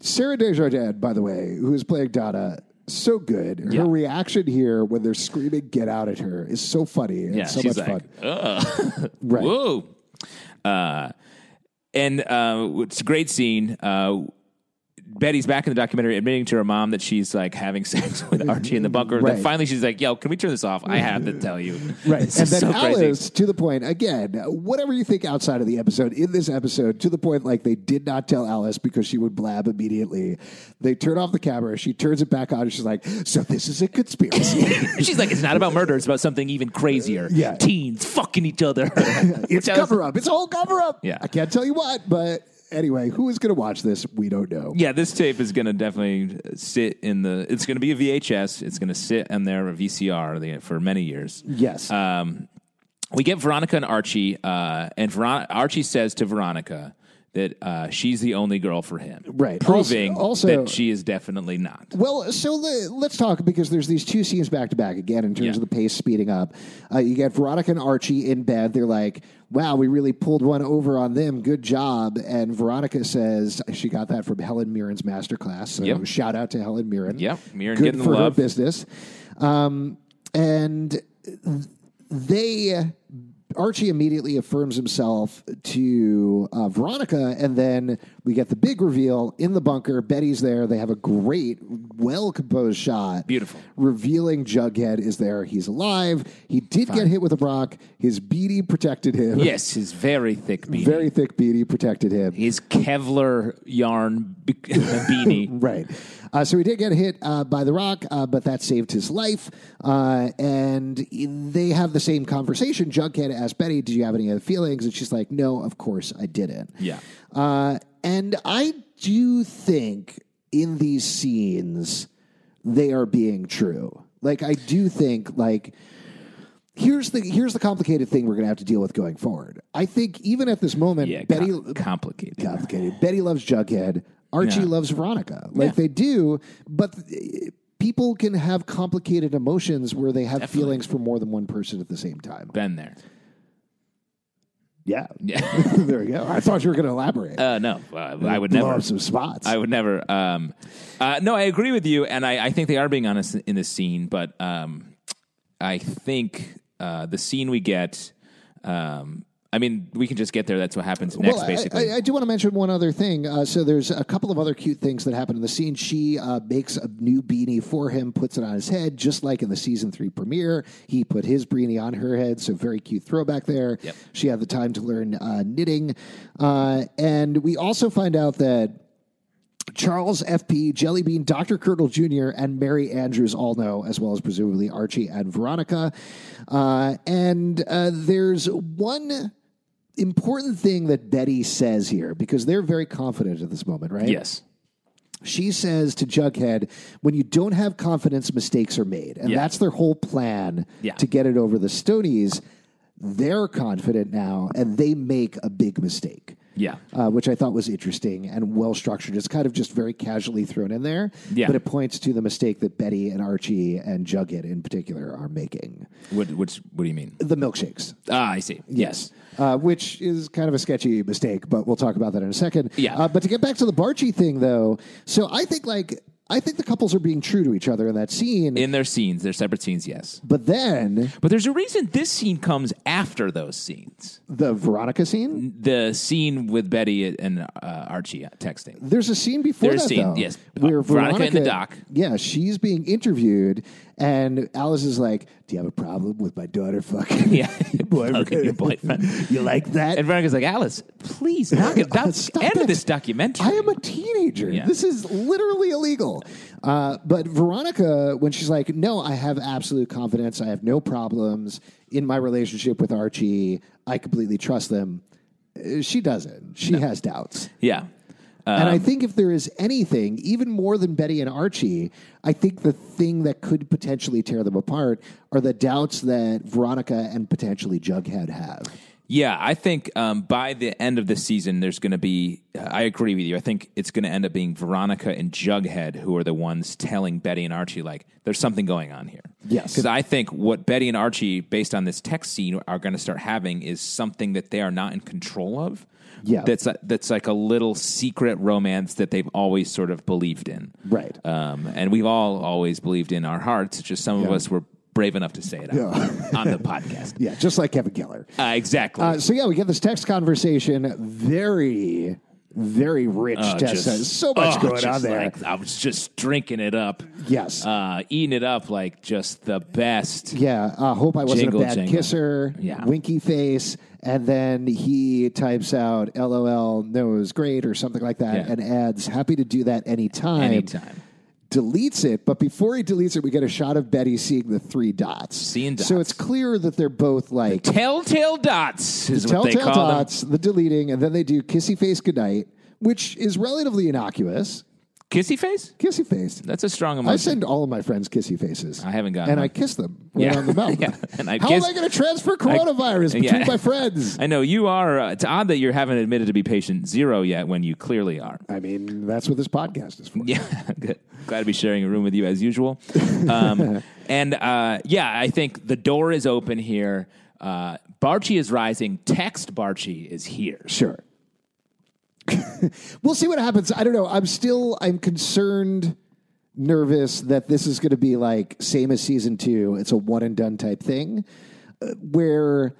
A: Sarah Desjardins, by the way, who is playing Donna, so good. Her
B: Yeah.
A: reaction here when they're screaming "Get out!" at her is so funny and
B: yeah.
A: so
B: She's
A: much
B: like,
A: fun.
B: "Ugh."
A: Right.
B: Whoa. Uh, and uh, it's a great scene. Uh, Betty's back in the documentary admitting to her mom that she's like having [laughs] sex with Archie in the bunker.
A: Mm-hmm. Right.
B: Then finally she's like, yo, can we turn this off?
A: [laughs]
B: I have to tell you. [laughs]
A: Right.
B: This
A: and
B: is
A: then
B: so
A: Alice,
B: crazy.
A: to the point, again, whatever you think outside of the episode, in this episode, to the point, like they did not tell Alice because she would blab immediately. They turn off the camera. She turns it back on. And she's like, So this is a
B: [laughs]
A: conspiracy. [laughs]
B: She's like, it's not about murder. It's about something even crazier.
A: Yeah.
B: Teens fucking each other.
A: [laughs] it's
B: Which I was-
A: cover up. It's a whole cover up.
B: Yeah.
A: I can't tell you what, but anyway, who is going to watch this? We don't know.
B: Yeah, this tape is going to definitely sit in the. It's going to be a VHS. It's going to sit in there, a VCR, the- for many years.
A: Yes.
B: um, we get Veronica and Archie, uh, and Veron- Archie says to Veronica that uh, she's the only girl for him,
A: Right.
B: Proving
A: Also- also-
B: that she is definitely not.
A: Well, so le- let's talk because there's these two scenes back to back again in terms
B: Yeah.
A: of the pace speeding up. Uh, you get Veronica and Archie in bed. They're like, wow, we really pulled one over on them. Good job. And Veronica says she got that from Helen Mirren's masterclass. So
B: Yep.
A: shout out to Helen Mirren.
B: Yep, Mirren
A: Good
B: getting the
A: for
B: love.
A: her business. Um, and they Archie immediately affirms himself to uh, Veronica, and then we get the big reveal in the bunker. Betty's there. They have a great, well composed shot.
B: Beautiful.
A: Revealing Jughead is there. He's alive. He did get hit with a rock. His beady protected him.
B: Yes, his very thick beanie.
A: Very thick beady protected him.
B: his Kevlar yarn be- [laughs]
A: [laughs]
B: beanie.
A: Right. Uh, so he did get hit uh, by the rock, uh, but that saved his life. Uh, and they have the same conversation. Jughead asked Betty, Did you have any other feelings? And she's like, No, of course I didn't.
B: Yeah.
A: Uh, and I do think in these scenes, they are being true. Like, I do think, like, Here's the here's the complicated thing we're going to have to deal with going forward. I think even at this moment,
B: Yeah,
A: Betty
B: com- complicated.
A: complicated. Betty loves Jughead. Archie
B: Yeah.
A: loves Veronica. Like they do, but uh, people can have complicated emotions where they have
B: Definitely.
A: feelings for more than one person at the same time.
B: Been there.
A: Yeah.
B: Yeah.
A: [laughs] there we go. I thought you were going to elaborate.
B: Uh, no, uh, I would
A: Blow
B: never.
A: up some spots.
B: I would never. Um, uh, no, I agree with you, and I, I think they are being honest in this scene. But um, I think uh, the scene we get. Um, I mean, we can just get there. That's what happens next,
A: Well, I-
B: basically.
A: I, I do want to mention one other thing. Uh, so there's a couple of other cute things that happen in the scene. She uh, makes a new beanie for him, puts it on his head, just like in the season three premiere. He put his beanie on her head, so very cute throwback there.
B: Yep.
A: She had the time to learn uh, knitting, uh, and we also find out that. Charles FP, Jellybean, Dr. Kirtle Jr., and Mary Andrews all know, as well as presumably Archie and Veronica. Uh, and uh, there's one important thing that Betty says here because they're very confident at this moment, right?
B: yes.
A: She says to Jughead, when you don't have confidence, mistakes are made. And
B: Yeah.
A: that's their whole plan
B: Yeah.
A: to get it over the Stonies. They're confident now and they make a big mistake
B: Yeah.
A: uh, which I thought was interesting and well structured. It's kind of just very casually thrown in there,
B: Yeah.
A: but it points to the mistake that Betty and Archie and Jughead in particular are making.
B: What, which, what do you mean?
A: The milkshakes,
B: Ah, I see. Yes.
A: uh, which is kind of a sketchy mistake, but we'll talk about that in a second.
B: Yeah.
A: Uh, but to get back to the Barchi thing, though, so I think like I think the couples are being true to each other in that scene,
B: In their scenes, their separate scenes, yes.
A: but then
B: But there's a reason this scene comes after those scenes.
A: the Veronica scene.
B: The scene with Betty and uh, Archie texting.
A: There's a scene before
B: There's a
A: that,
B: scene,
A: though,
B: yes.
A: where
B: Veronica
A: Veronica
B: in the dock.
A: Yeah, she's being interviewed, and Alice is like, "Do you have a problem with my daughter fucking
B: Yeah.
A: [laughs] your boyfriend?
B: Fucking your
A: [laughs]
B: boyfriend.
A: you like that?
B: And Veronica's like, Alice, please,
A: [laughs]
B: knock it. That's
A: Stop
B: end of
A: it.
B: this documentary.
A: I am a teenager.
B: Yeah.
A: This is literally illegal. Uh, but Veronica, when she's like, "No, I have absolute confidence. I have no problems in my relationship with Archie. I completely trust them." uh, She doesn't. She has doubts.
B: yeah. Uh,
A: and I think if there is anything, even more than Betty and Archie, I think the thing that could potentially tear them apart are the doubts that Veronica and potentially Jughead have.
B: yeah, I think um, by the end of this season, there's going to be. I agree with you. I think it's going to end up being Veronica and Jughead who are the ones telling Betty and Archie, like, there's something going on here.
A: Yes.
B: Because I think what Betty and Archie, based on this text scene, are going to start having is something that they are not in control of.
A: Yeah.
B: That's, that's like a little secret romance that they've always sort of believed in.
A: Right.
B: Um, and we've all always believed in our hearts. Just some of us were brave enough to say it out
A: Yeah.
B: [laughs] on the podcast.
A: [laughs] Yeah, just like Kevin Keller.
B: Uh, exactly.
A: Uh, so yeah, we get this text conversation. Very, very rich
B: Uh,
A: text.
B: just-
A: so much
B: oh,
A: going
B: just
A: on there.
B: like- I was just drinking it up.
A: Yes.
B: Uh, eating it up like just the best.
A: Yeah, uh, hope I wasn't
B: Jingle,
A: a bad
B: jingle.
A: kisser.
B: Yeah.
A: winky face, and then he types out "LOL, no, it was great" or something like that,
B: Yeah.
A: and adds "Happy to do that anytime."
B: Anytime.
A: Deletes it, but before he deletes it, we get a shot of Betty seeing the three dots.
B: Seeing
A: So
B: dots.
A: it's clear that they're both like
B: Telltale dots is what they
A: telltale
B: call them.
A: dots, the deleting, and then they do kissy face goodnight, which is relatively innocuous.
B: Kissy face?
A: Kissy face.
B: That's a strong emotion.
A: I send all of my friends kissy faces.
B: I haven't gotten
A: And
B: one.
A: I kiss
B: [laughs]
A: them right
B: Yeah.
A: on the mouth.
B: Yeah. And I
A: How
B: kiss-
A: am I going to transfer
B: [laughs]
A: coronavirus between
B: Yeah.
A: my
B: [laughs]
A: friends?
B: I know you are. Uh, it's odd that you haven't admitted to be patient zero yet when you clearly are. [laughs]
A: I mean, that's what this podcast is for.
B: Yeah, good. glad to be sharing a room with you as usual.
A: [laughs]
B: Um, and uh, yeah, I think the door is open here. Uh, Barchi is rising. Text Barchi is here.
A: Sure. we'll see what happens. I don't know. I'm still, I'm concerned, nervous that this is going to be like same as season two. It's a one and done type thing uh, where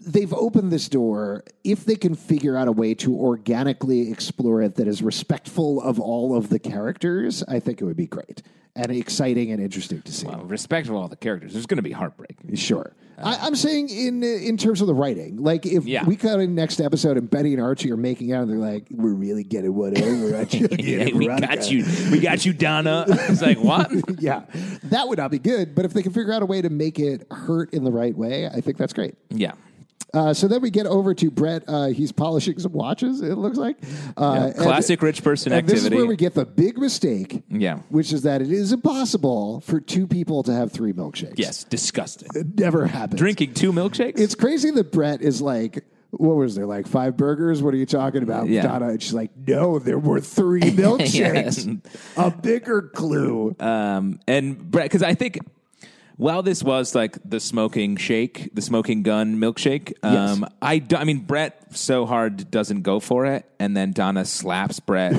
A: they've opened this door. If they can figure out a way to organically explore it that is respectful of all of the characters, I think it would be great and exciting and interesting to see.
B: Well, respectful of Uh, all the characters. There's going to be heartbreak.
A: Sure. I, I'm saying in uh, in terms of the writing, like if
B: Uh, Yeah.
A: we cut in next episode and Betty and Archie are making out and they're like, "We're really getting one over on you,
B: [laughs] Hey,
A: again,
B: we
A: Veronica."
B: got you. We got you, Donna. It's like what?
A: [laughs]
B: [laughs]
A: Yeah, that would not be good. But if they can figure out a way to make it hurt in the right way, I think that's great.
B: yeah.
A: Uh, so then we get over to Brett. Uh, he's polishing some watches. It looks like uh, and-
B: Classic rich person
A: and This is
B: activity.
A: where we get the big mistake.
B: Yeah.
A: which is that it is impossible for two people to have three milkshakes.
B: Yes, disgusting.
A: it never happens.
B: Drinking two milkshakes.
A: It's crazy that Brett is like, what was there, like five burgers? What are you talking about,
B: Yeah.
A: Donna? And she's like, no, there were
B: [laughs]
A: three milkshakes. A bigger clue.
B: um, and Brett, because I think while this was like the smoking shake, the smoking gun milkshake, um, I, do- I mean, Brett so hard doesn't go for it. And then Donna
A: [laughs]
B: slaps Brett,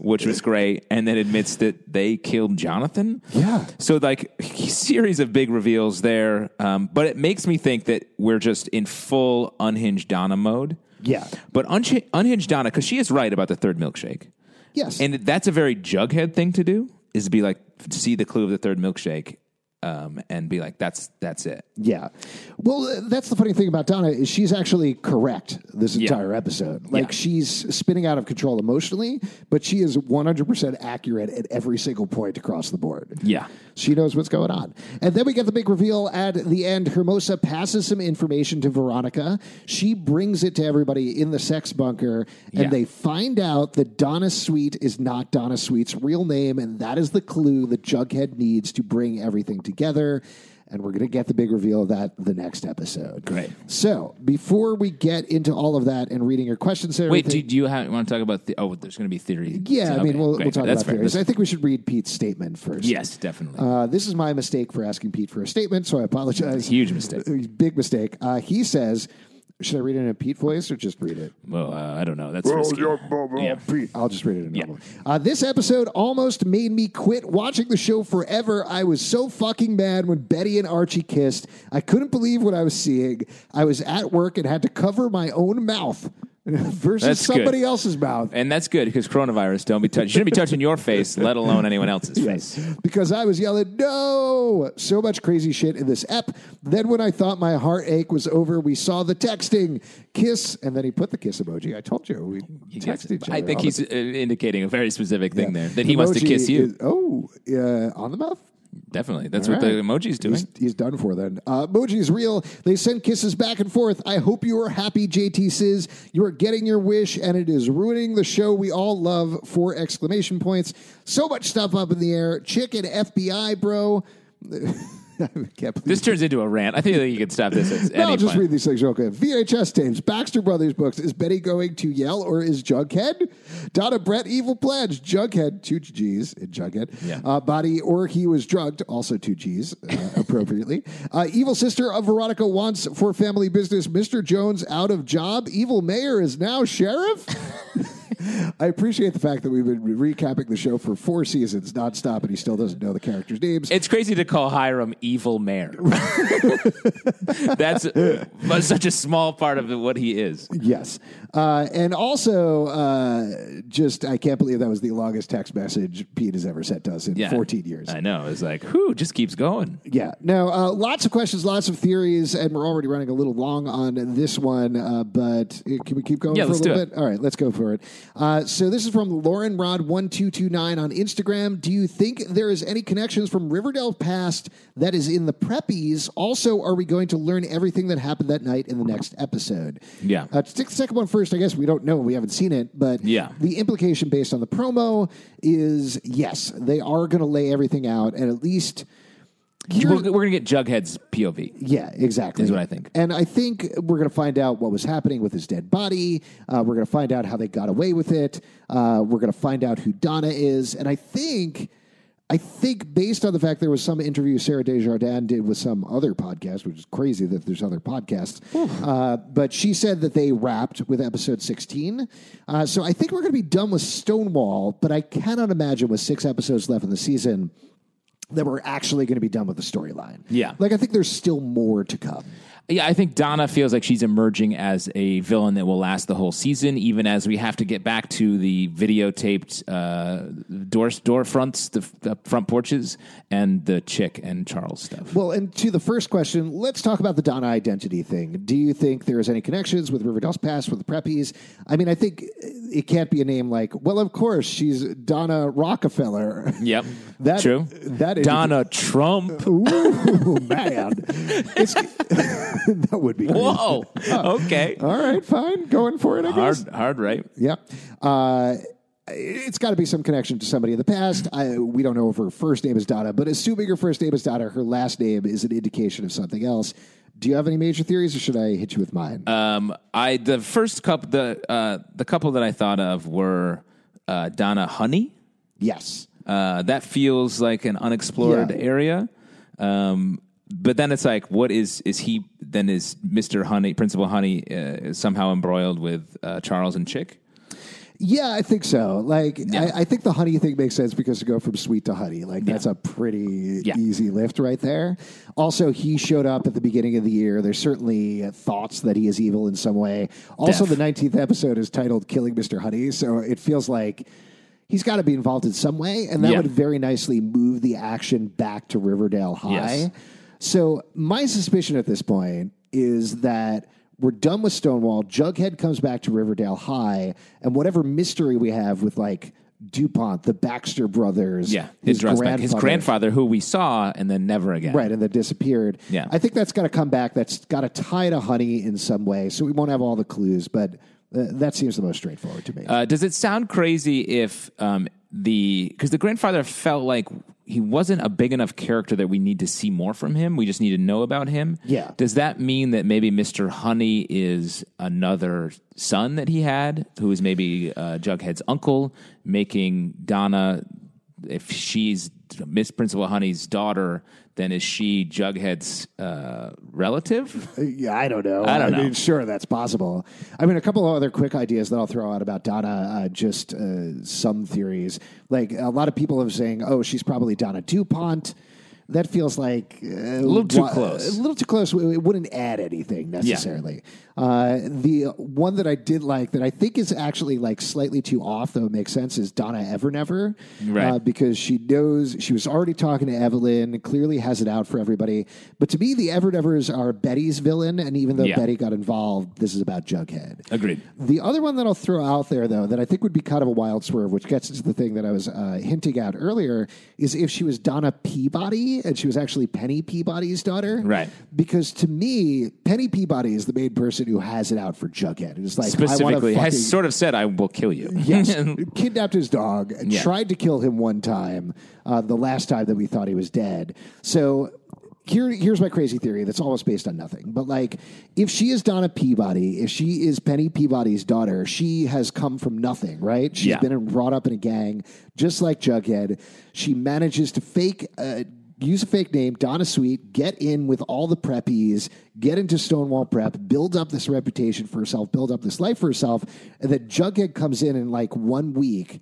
B: which was great. And then admits that they killed Jonathan.
A: Yeah.
B: So like series of big reveals there. Um, but it makes me think that we're just in full unhinged Donna mode.
A: Yeah.
B: But unch- unhinged Donna, because she is right about the third milkshake.
A: yes.
B: And that's a very Jughead thing to do is to be like see the clue of the third milkshake, um, and be like that's that's it.
A: Yeah. Well, uh, that's the funny thing about Donna is she's actually correct this entire episode. Like
B: Yeah.
A: she's spinning out of control emotionally, but she is 100% accurate at every single point across the board.
B: Yeah.
A: She knows what's going on. And then we get the big reveal at the end. Hermosa passes some information to Veronica. She brings it to everybody in the sex bunker, and
B: Yeah.
A: they find out that Donna Sweet is not Donna Sweet's real name, and that is the clue that Jughead needs to bring everything together. And we're going to get the big reveal of that the next episode.
B: Great.
A: So before we get into all of that and reading your questions, and
B: Wait,
A: everything-
B: do, do you have, want to talk about the? Oh, there's going to be theory.
A: yeah, I
B: Okay,
A: mean, we'll,
B: great.
A: we'll talk
B: that's
A: about
B: fair.
A: theories. I
B: That's-
A: think we should read Pete's statement first.
B: Yes, definitely.
A: Uh, this is my mistake for asking Pete for a statement, so I apologize. [laughs]
B: Huge mistake.
A: Uh, Big mistake. Uh, he says, should I read it in a Pete voice or just read it?
B: well, uh, I don't know. That's risky. Yeah.
A: I'll just read it in normal. Uh, this episode almost made me quit watching the show forever. I was so fucking mad when Betty and Archie kissed. I couldn't believe what I was seeing. I was at work and had to cover my own mouth [laughs] versus
B: That's good.
A: somebody else's mouth.
B: And that's good because coronavirus. Don't be touching. You shouldn't be touching your face, let alone
A: [laughs]
B: anyone else's face.
A: because I was yelling, no, so much crazy shit in this ep. Then when I thought my heartache was over, we saw the texting kiss, and then he put the kiss emoji. I told you we
B: He gets
A: texted
B: it.
A: each other.
B: I think
A: all
B: he's
A: the-
B: uh, indicating a very specific thing there that he
A: Emoji
B: wants to kiss you.
A: is- oh, uh, on the mouth.
B: definitely, that's what
A: All
B: the
A: right.
B: emoji's doing.
A: He's, he's done for then. Uh, emoji is real. They send kisses back and forth. I hope you are happy, JT Sizz. You are getting your wish, and it is ruining the show we all love. Four exclamation points. So much stuff up in the air. Chicken FBI, bro. [laughs] I can't believe
B: This turns into a rant. I think that you can stop this.
A: [laughs]
B: At
A: No,
B: any
A: I'll just
B: point.
A: read these things real quick. VHS tapes, Baxter Brothers books. Is Betty going to yell or is Jughead? Donna Brett, Evil Pledge, Jughead, two G's in Jughead.
B: Yeah.
A: Uh, body or he was drugged, also two G's uh, appropriately. Uh, evil Sister of Veronica wants for family business. Mr. Jones out of job. Evil Mayor is now sheriff. [laughs] I appreciate the fact that we've been recapping the show for four seasons nonstop, and he still doesn't know the characters' names.
B: It's crazy to call Hiram
A: [laughs]
B: evil mayor. That's but such a small part of what he is.
A: Yes. Uh, and also, uh, just, I can't believe that was the longest text message Pete has ever sent to us in
B: Yeah.
A: 14 years.
B: I know. It's like, whoo, just keeps going.
A: yeah. No, uh, lots of questions, lots of theories, and we're already running a little long on this one, uh, but uh, can we keep going
B: Yeah,
A: for a
B: let's
A: little
B: do
A: bit?
B: it.
A: All right, let's go for it. Uh, so this is from Lauren Rod 1229 on Instagram. Do you think there is any connections from Riverdale past that is in the preppies? Also, are we going to learn everything that happened that night in the next episode?
B: Yeah.
A: Uh, to take the second one first, I guess we don't know. We haven't seen it, but
B: Yeah.
A: the implication based on the promo is yes, they are going to lay everything out, and at least.
B: We're, we're gonna get Jughead's POV.
A: Yeah, exactly.
B: Is what I think.
A: And I think we're going to find out what was happening with his dead body. Uh, we're going to find out how they got away with it. Uh, we're going to find out who Donna is. And I think, I think based on the fact there was some interview Sarah Desjardins did with some other podcast, which is crazy that there's other podcasts. Uh, but she said that they wrapped with episode 16. Uh, so I think we're going to be done with Stonewall, but I cannot imagine with six episodes left in the season. That we're actually going to be done with the storyline.
B: Yeah.
A: Like, I think there's still more to come.
B: Yeah, I think Donna feels like she's emerging as a villain that will last the whole season, even as we have to get back to the videotaped uh, door door fronts, the, the front porches, and the chick and Charles stuff.
A: Well, and to the first question, let's talk about the Donna identity thing. Do you think there's any connections with Riverdale's past, with the Preppies? I mean, I think it can't be a name like, well, of course, she's Donna Rockefeller.
B: Yep,
A: [laughs] That,
B: true.
A: That is
B: Donna
A: [laughs]
B: Trump. [laughs]
A: Ooh, man. It's, [laughs] that would be crazy.
B: Whoa. Okay.
A: All right, fine. Going for it, I guess.
B: Hard, hard, right?
A: Yeah. Uh, it's got to be some connection to somebody in the past. I, we don't know if her first name is Donna, but assuming her first name is Donna, her last name is an indication of something else. Do you have any major theories, or should I hit you with mine?
B: Um, I the first couple the uh, the couple that I thought of were uh, Donna Honey.
A: yes.
B: Uh, that feels like an unexplored
A: Yeah.
B: area. Um, but then it's like, what is is he? Then is Mister Honey, Principal Honey, uh, is somehow embroiled with uh, Charles and Chick?
A: Yeah, I think so. Like, I, I think the honey thing makes sense because to go from sweet to honey, like, that's a pretty
B: Yeah.
A: easy lift right there. Also, he showed up at the beginning of the year. There's certainly uh, thoughts that he is evil in some way. Also,
B: Def.
A: the 19th episode is titled Killing Mr. Honey, so it feels like he's got to be involved in some way, and that
B: Yeah.
A: would very nicely move the action back to Riverdale High.
B: Yes.
A: So my suspicion at this point is that we're done with Stonewall. Jughead comes back to Riverdale High, and whatever mystery we have with like Dupont, the Baxter brothers,
B: Yeah, his, grandfather. his grandfather, who we saw and then never again.
A: Right, and that disappeared.
B: Yeah.
A: I think that's got to come back. That's got to tie to Honey in some way. So we won't have all the clues, but uh, that seems the most straightforward to me.
B: Uh, does it sound crazy if um, the because the grandfather felt like he wasn't a big enough character that we need to see more from him. We just need to know about him.
A: Yeah.
B: Does that mean that maybe Mister Honey is another son that he had, who is maybe uh, Jughead's uncle, making Donna, if she's Miss Principal Honey's daughter, then is she Jughead's uh, relative?
A: [laughs] Yeah, I don't know.
B: I don't know.
A: mean, sure, that's possible. I mean, a couple of other quick ideas that I'll throw out about Donna, uh, just uh, some theories. Like, a lot of people have saying, oh, she's probably Donna DuPont. That feels like uh, a
B: little too close.
A: A little too close. It it wouldn't add anything necessarily. Uh, the one that I did like that I think is actually like slightly too off, though it makes sense, is Donna Evernever.
B: Right.
A: Uh, because she knows she was already talking to Evelyn, clearly has it out for everybody. But to me, the Everdevers are Betty's villain, and even though
B: Yeah.
A: Betty got involved, this is about Jughead.
B: Agreed.
A: The other one that I'll throw out there, though, that I think would be kind of a wild swerve, which gets into the thing that I was uh, hinting at earlier, is if she was Donna Peabody and she was actually Penny Peabody's daughter.
B: Right.
A: Because to me, Penny Peabody is the main person who has it out for Jughead. It's like,
B: Specifically,
A: I want to
B: has sort of said, "I will kill you." [laughs]
A: Yes, kidnapped his dog and
B: Yeah.
A: tried to kill him one time. Uh, the last time that we thought he was dead. So here, here's my crazy theory. That's almost based on nothing. But like, if she is Donna Peabody, if she is Penny Peabody's daughter, she has come from nothing, right? She's
B: Yeah.
A: been in- brought up in a gang, just like Jughead. She manages to fake. Uh, Use a fake name, Donna Sweet, get in with all the preppies, get into Stonewall Prep, build up this reputation for herself, build up this life for herself. And then Jughead comes in in like one week,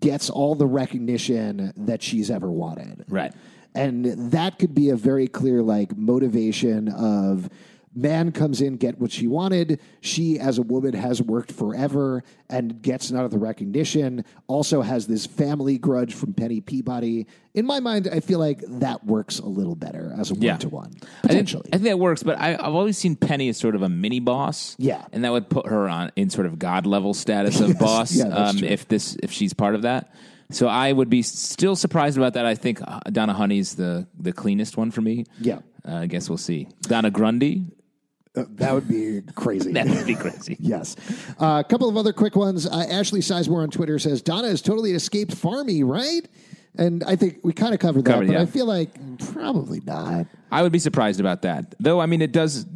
A: gets all the recognition that she's ever wanted.
B: Right.
A: And that could be a very clear like motivation of man comes in, get what she wanted. She as a woman has worked forever and gets none of the recognition. Also has this family grudge from Penny Peabody. In my mind, I feel like that works a little better as a one to one. Potentially.
B: I think, I think that works, but I, I've always seen Penny as sort of a mini boss.
A: Yeah.
B: and that would put her on in sort of god
A: [laughs]
B: level status of boss.
A: Yeah, that's
B: um,
A: true.
B: if this if she's part of that, so I would be still surprised about that. I think uh, Donna Honey's the the cleanest one for me.
A: Yeah.
B: uh, I guess we'll see. Donna
A: [laughs]
B: Grundy,
A: [laughs] that would be crazy.
B: that would be crazy.
A: [laughs] Yes. Uh, a couple of other quick ones. Uh, Ashley Sizemore on Twitter says Donna has totally escaped Farmy, right? And I think we kind of covered that,
B: Covered,
A: but
B: yeah.
A: I feel like probably not.
B: I would be surprised about that, though. I mean, it does.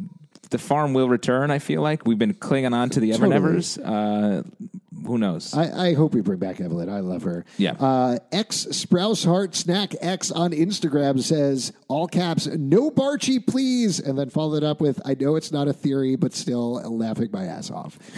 B: The farm will return. I feel like we've been clinging on to the ever nevers. Uh, who knows?
A: I, I hope we bring back Evelyn. I love her.
B: Yeah.
A: Uh, X Sprouse Heart Snack X on Instagram says, all caps, no Barchi, please. And then followed up with, I know it's not a theory, but still laughing my ass off.
B: [laughs]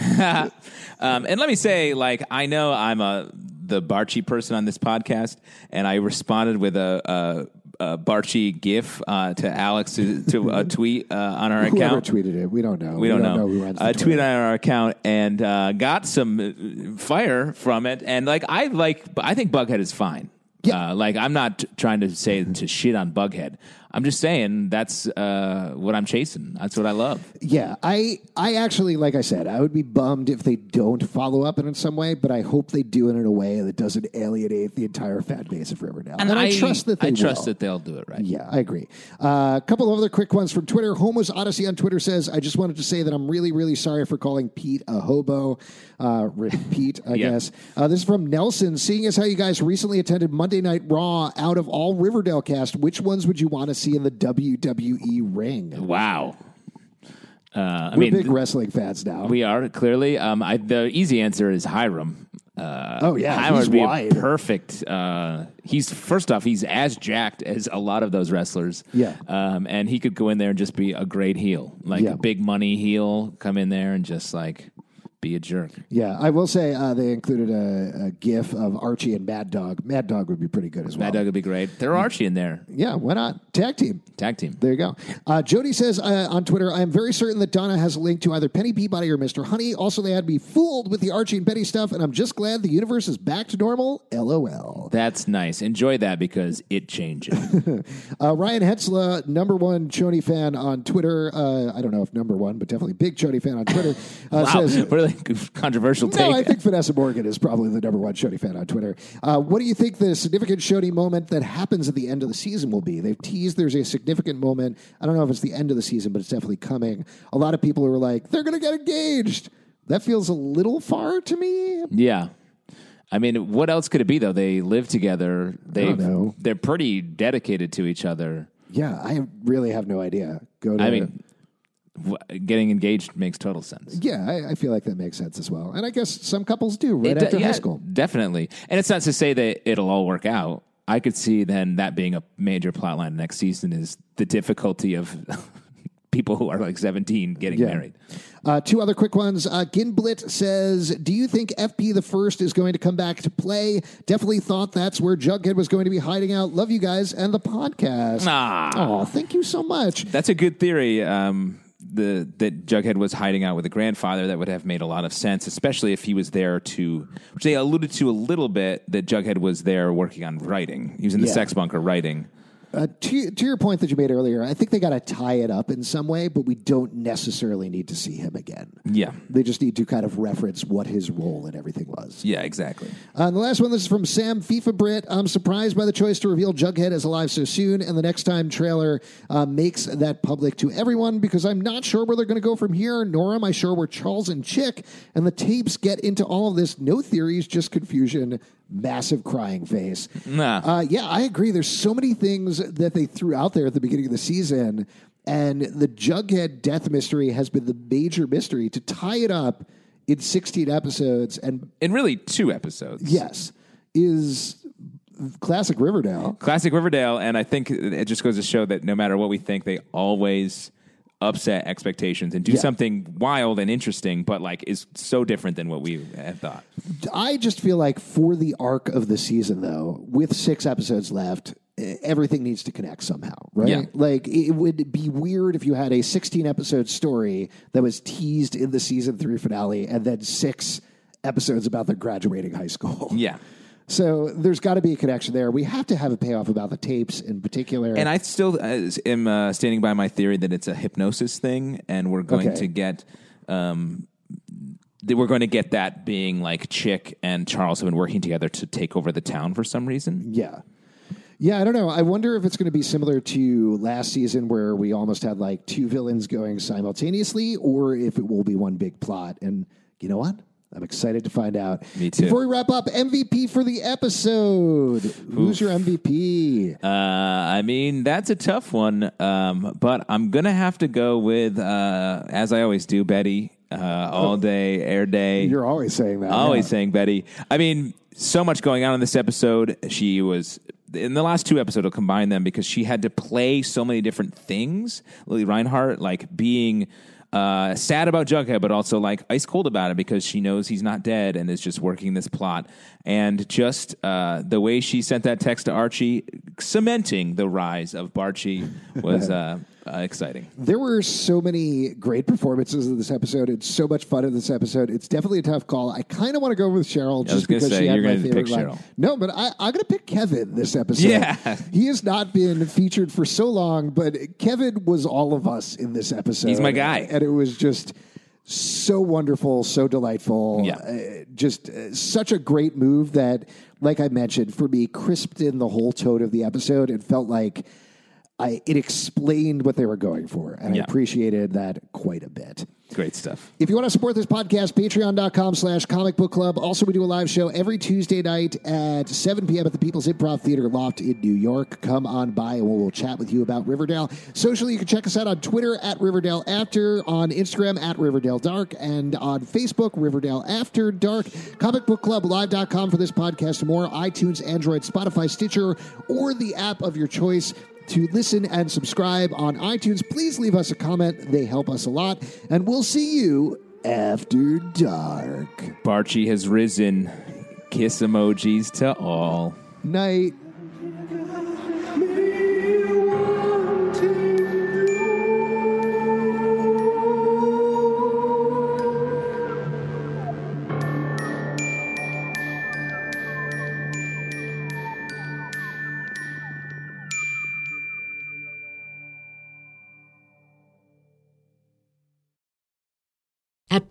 B: Um, and let me say, like, I know I'm a the Barchi person on this podcast, and I responded with a, uh, Barchi GIF uh, to Alex to, to
A: [laughs]
B: a tweet uh, on our
A: Whoever
B: account.
A: tweeted it, we don't know.
B: we don't, know.
A: who runs the
B: uh,
A: Twitter.
B: tweet on our account and uh, got some uh, fire from it. And like I like, I think Bughead is fine.
A: Yeah. Mm-hmm.
B: Uh, like I'm not t- trying to say to shit on Bughead. I'm just saying that's uh, what I'm chasing. That's what I love.
A: Yeah, I I actually like I said, I would be bummed if they don't follow up in it some way, but I hope they do it in a way that doesn't alienate the entire fan base of Riverdale. And, I, trust that they
B: I trust
A: will.
B: that they'll do it right.
A: Yeah, I agree. Uh, A couple of other quick ones from Twitter. Homos Odyssey on Twitter says, "I just wanted to say that I'm really, really sorry for calling Pete a hobo. Uh,
B: [laughs]
A: rip Pete, I
B: Yeah.
A: guess." Uh, this is from Nelson. Seeing as how you guys recently attended Monday Night Raw, out of all Riverdale cast, which ones would you want to see in the WWE ring?
B: Wow. Uh, I
A: We're
B: mean,
A: big wrestling fans now.
B: we are clearly. Um, I, the easy answer is Hiram. Uh,
A: oh yeah,
B: Hiram
A: he's
B: would be
A: wide.
B: a perfect. Uh, he's first off, he's as jacked as a lot of those wrestlers.
A: Yeah.
B: um, and he could go in there and just be a great heel, like
A: Yeah.
B: a big money heel. Come in there and just like be a jerk.
A: yeah, I will say uh, they included a, a GIF of Archie and Mad Dog. Mad Dog would be pretty good as well.
B: Mad Dog would be great. Throw Archie in there,
A: Yeah, why not tag team?
B: tag team.
A: There you go. Uh, Jody says uh, on Twitter, I am very certain that Donna has a link to either Penny Peabody or Mr. Honey. Also, they had me fooled with the Archie and Penny stuff, and I'm just glad the universe is back to normal. LOL.
B: That's nice. Enjoy that because it
A: [laughs]
B: changes.
A: Uh, Ryan Hetzla, number one Choney fan on Twitter. Uh, I don't know if number one, but definitely big Choney fan on Twitter. Uh,
B: wow, [laughs]
A: Says,
B: really controversial take.
A: No, I think Vanessa Morgan is probably the number one Shoney fan on Twitter. Uh, what do you think the significant Shoney moment that happens at the end of the season will be? They've teased there's a significant moment. I don't know if it's the end of the season, but it's definitely coming. A lot of people are like, they're going to get engaged. That feels a little far to me.
B: Yeah. I mean, what else could it be though? They live together. They
A: don't know.
B: they're pretty dedicated to each other.
A: Yeah, I really have no idea. Go to.
B: I mean, w- getting engaged makes total sense.
A: yeah, I, I feel like that makes sense as well. And I guess some couples do right
B: It-
A: after
B: yeah,
A: high school.
B: definitely. And it's not to say that it'll all work out. I could see then that being a major plot line next season is the difficulty of [laughs] people who are like 17 getting married.
A: Uh, two other quick ones. Uh, Ginblit says, "Do you think FP the First is going to come back to play? Definitely thought that's where Jughead was going to be hiding out. Love you guys and the podcast.
B: Ah.
A: Aw, thank you so much.
B: That's a good theory. Um, the that Jughead was hiding out with a grandfather that would have made a lot of sense, especially if he was there to, which they alluded to a little bit that Jughead was there working on writing. He was in the
A: Yeah.
B: sex bunker writing.
A: Uh, to, to your point that you made earlier, I think they got to tie it up in some way, but we don't necessarily need to see him again.
B: Yeah,
A: They just need to kind of reference what his role and everything was."
B: yeah, exactly.
A: Uh, and the last one, this is from Sam FIFA Britt. I'm surprised by the choice to reveal Jughead is alive so soon, and the next time trailer uh, makes that public to everyone because I'm not sure where they're going to go from here, nor am I sure where Charles and Chick and the tapes get into all of this. No theories, just confusion. Massive crying face.
B: Nah.
A: Uh, yeah, I agree. There's so many things that they threw out there at the beginning of the season, and the Jughead death mystery has been the major mystery to tie it up in 16 episodes and
B: In really two episodes.
A: yes, is classic Riverdale.
B: classic Riverdale, and I think it just goes to show that no matter what we think, they always upset expectations and do
A: Yeah.
B: something wild and interesting, but like is so different than what we had thought.
A: I just feel like for the arc of the season, though, with six episodes left, eh, everything needs to connect somehow, right?
B: Yeah.
A: Like it would be weird if you had a 16 episode story that was teased in the season three finale and then six episodes about their graduating high school.
B: Yeah.
A: So there's got to be a connection there. We have to have a payoff about the tapes in particular.
B: And I still uh, am uh, standing by my theory that it's a hypnosis thing, and we're going
A: Okay.
B: to get. Um, that we're going to get that being like Chick and Charles have been working together to take over the town for some reason.
A: Yeah. Yeah, I don't know. I wonder if it's going to be similar to last season where we almost had like two villains going simultaneously or if it will be one big plot. And you know what? I'm excited to find out.
B: Me too.
A: Before we wrap up, MVP for the episode. Who's your MVP?
B: Uh, I mean, that's a tough one, um, but I'm going to have to go with, uh, as I always do, Betty, uh, all day, air day.
A: Oh. You're always saying that.
B: Always
A: yeah.
B: saying Betty. I mean, so much going on in this episode. She was in the last two episodes. I'll combine them because she had to play so many different things. Lily Reinhart, like being uh, sad about Jughead, but also like ice cold about it because she knows he's not dead and is just working this plot. And just uh, the way she sent that text to Archie, cementing the rise of Barchi, was uh, uh, exciting.
A: There were so many great performances in this episode. It's so much fun in this episode. It's definitely a tough call. I kind of want to go with Cheryl
B: I was
A: just
B: gonna
A: because
B: say,
A: she had
B: you're
A: my
B: gonna
A: favorite
B: pick
A: line.
B: Cheryl.
A: No, but I, I'm going to pick Kevin this episode.
B: Yeah.
A: [laughs] he has not been featured for so long, but Kevin was all of us in this episode.
B: He's my guy.
A: and it was just so wonderful, so delightful.
B: Yeah.
A: Uh, just uh, such a great move that, like I mentioned, for me, crisped in the whole tone of the episode. It felt like. I, it explained what they were going for, and I
B: Yeah.
A: appreciated that quite a bit.
B: Great stuff.
A: If you want to support this podcast, patreon.com slash comic book club. Also, we do a live show every Tuesday night at 7 p.m. at the People's Improv Theater Loft in New York. Come on by and we'll, we'll chat with you about Riverdale. Socially, you can check us out on Twitter at Riverdale After, on Instagram at Riverdale Dark, and on Facebook, Riverdale After Dark. Comicbookclublive.com for this podcast and more. iTunes, Android, Spotify, Stitcher, or the app of your choice to listen and subscribe on iTunes. Please leave us a comment. They help us a lot. And we'll see you after dark.
B: Barchi has risen. Kiss emojis to all.
A: Night.
C: At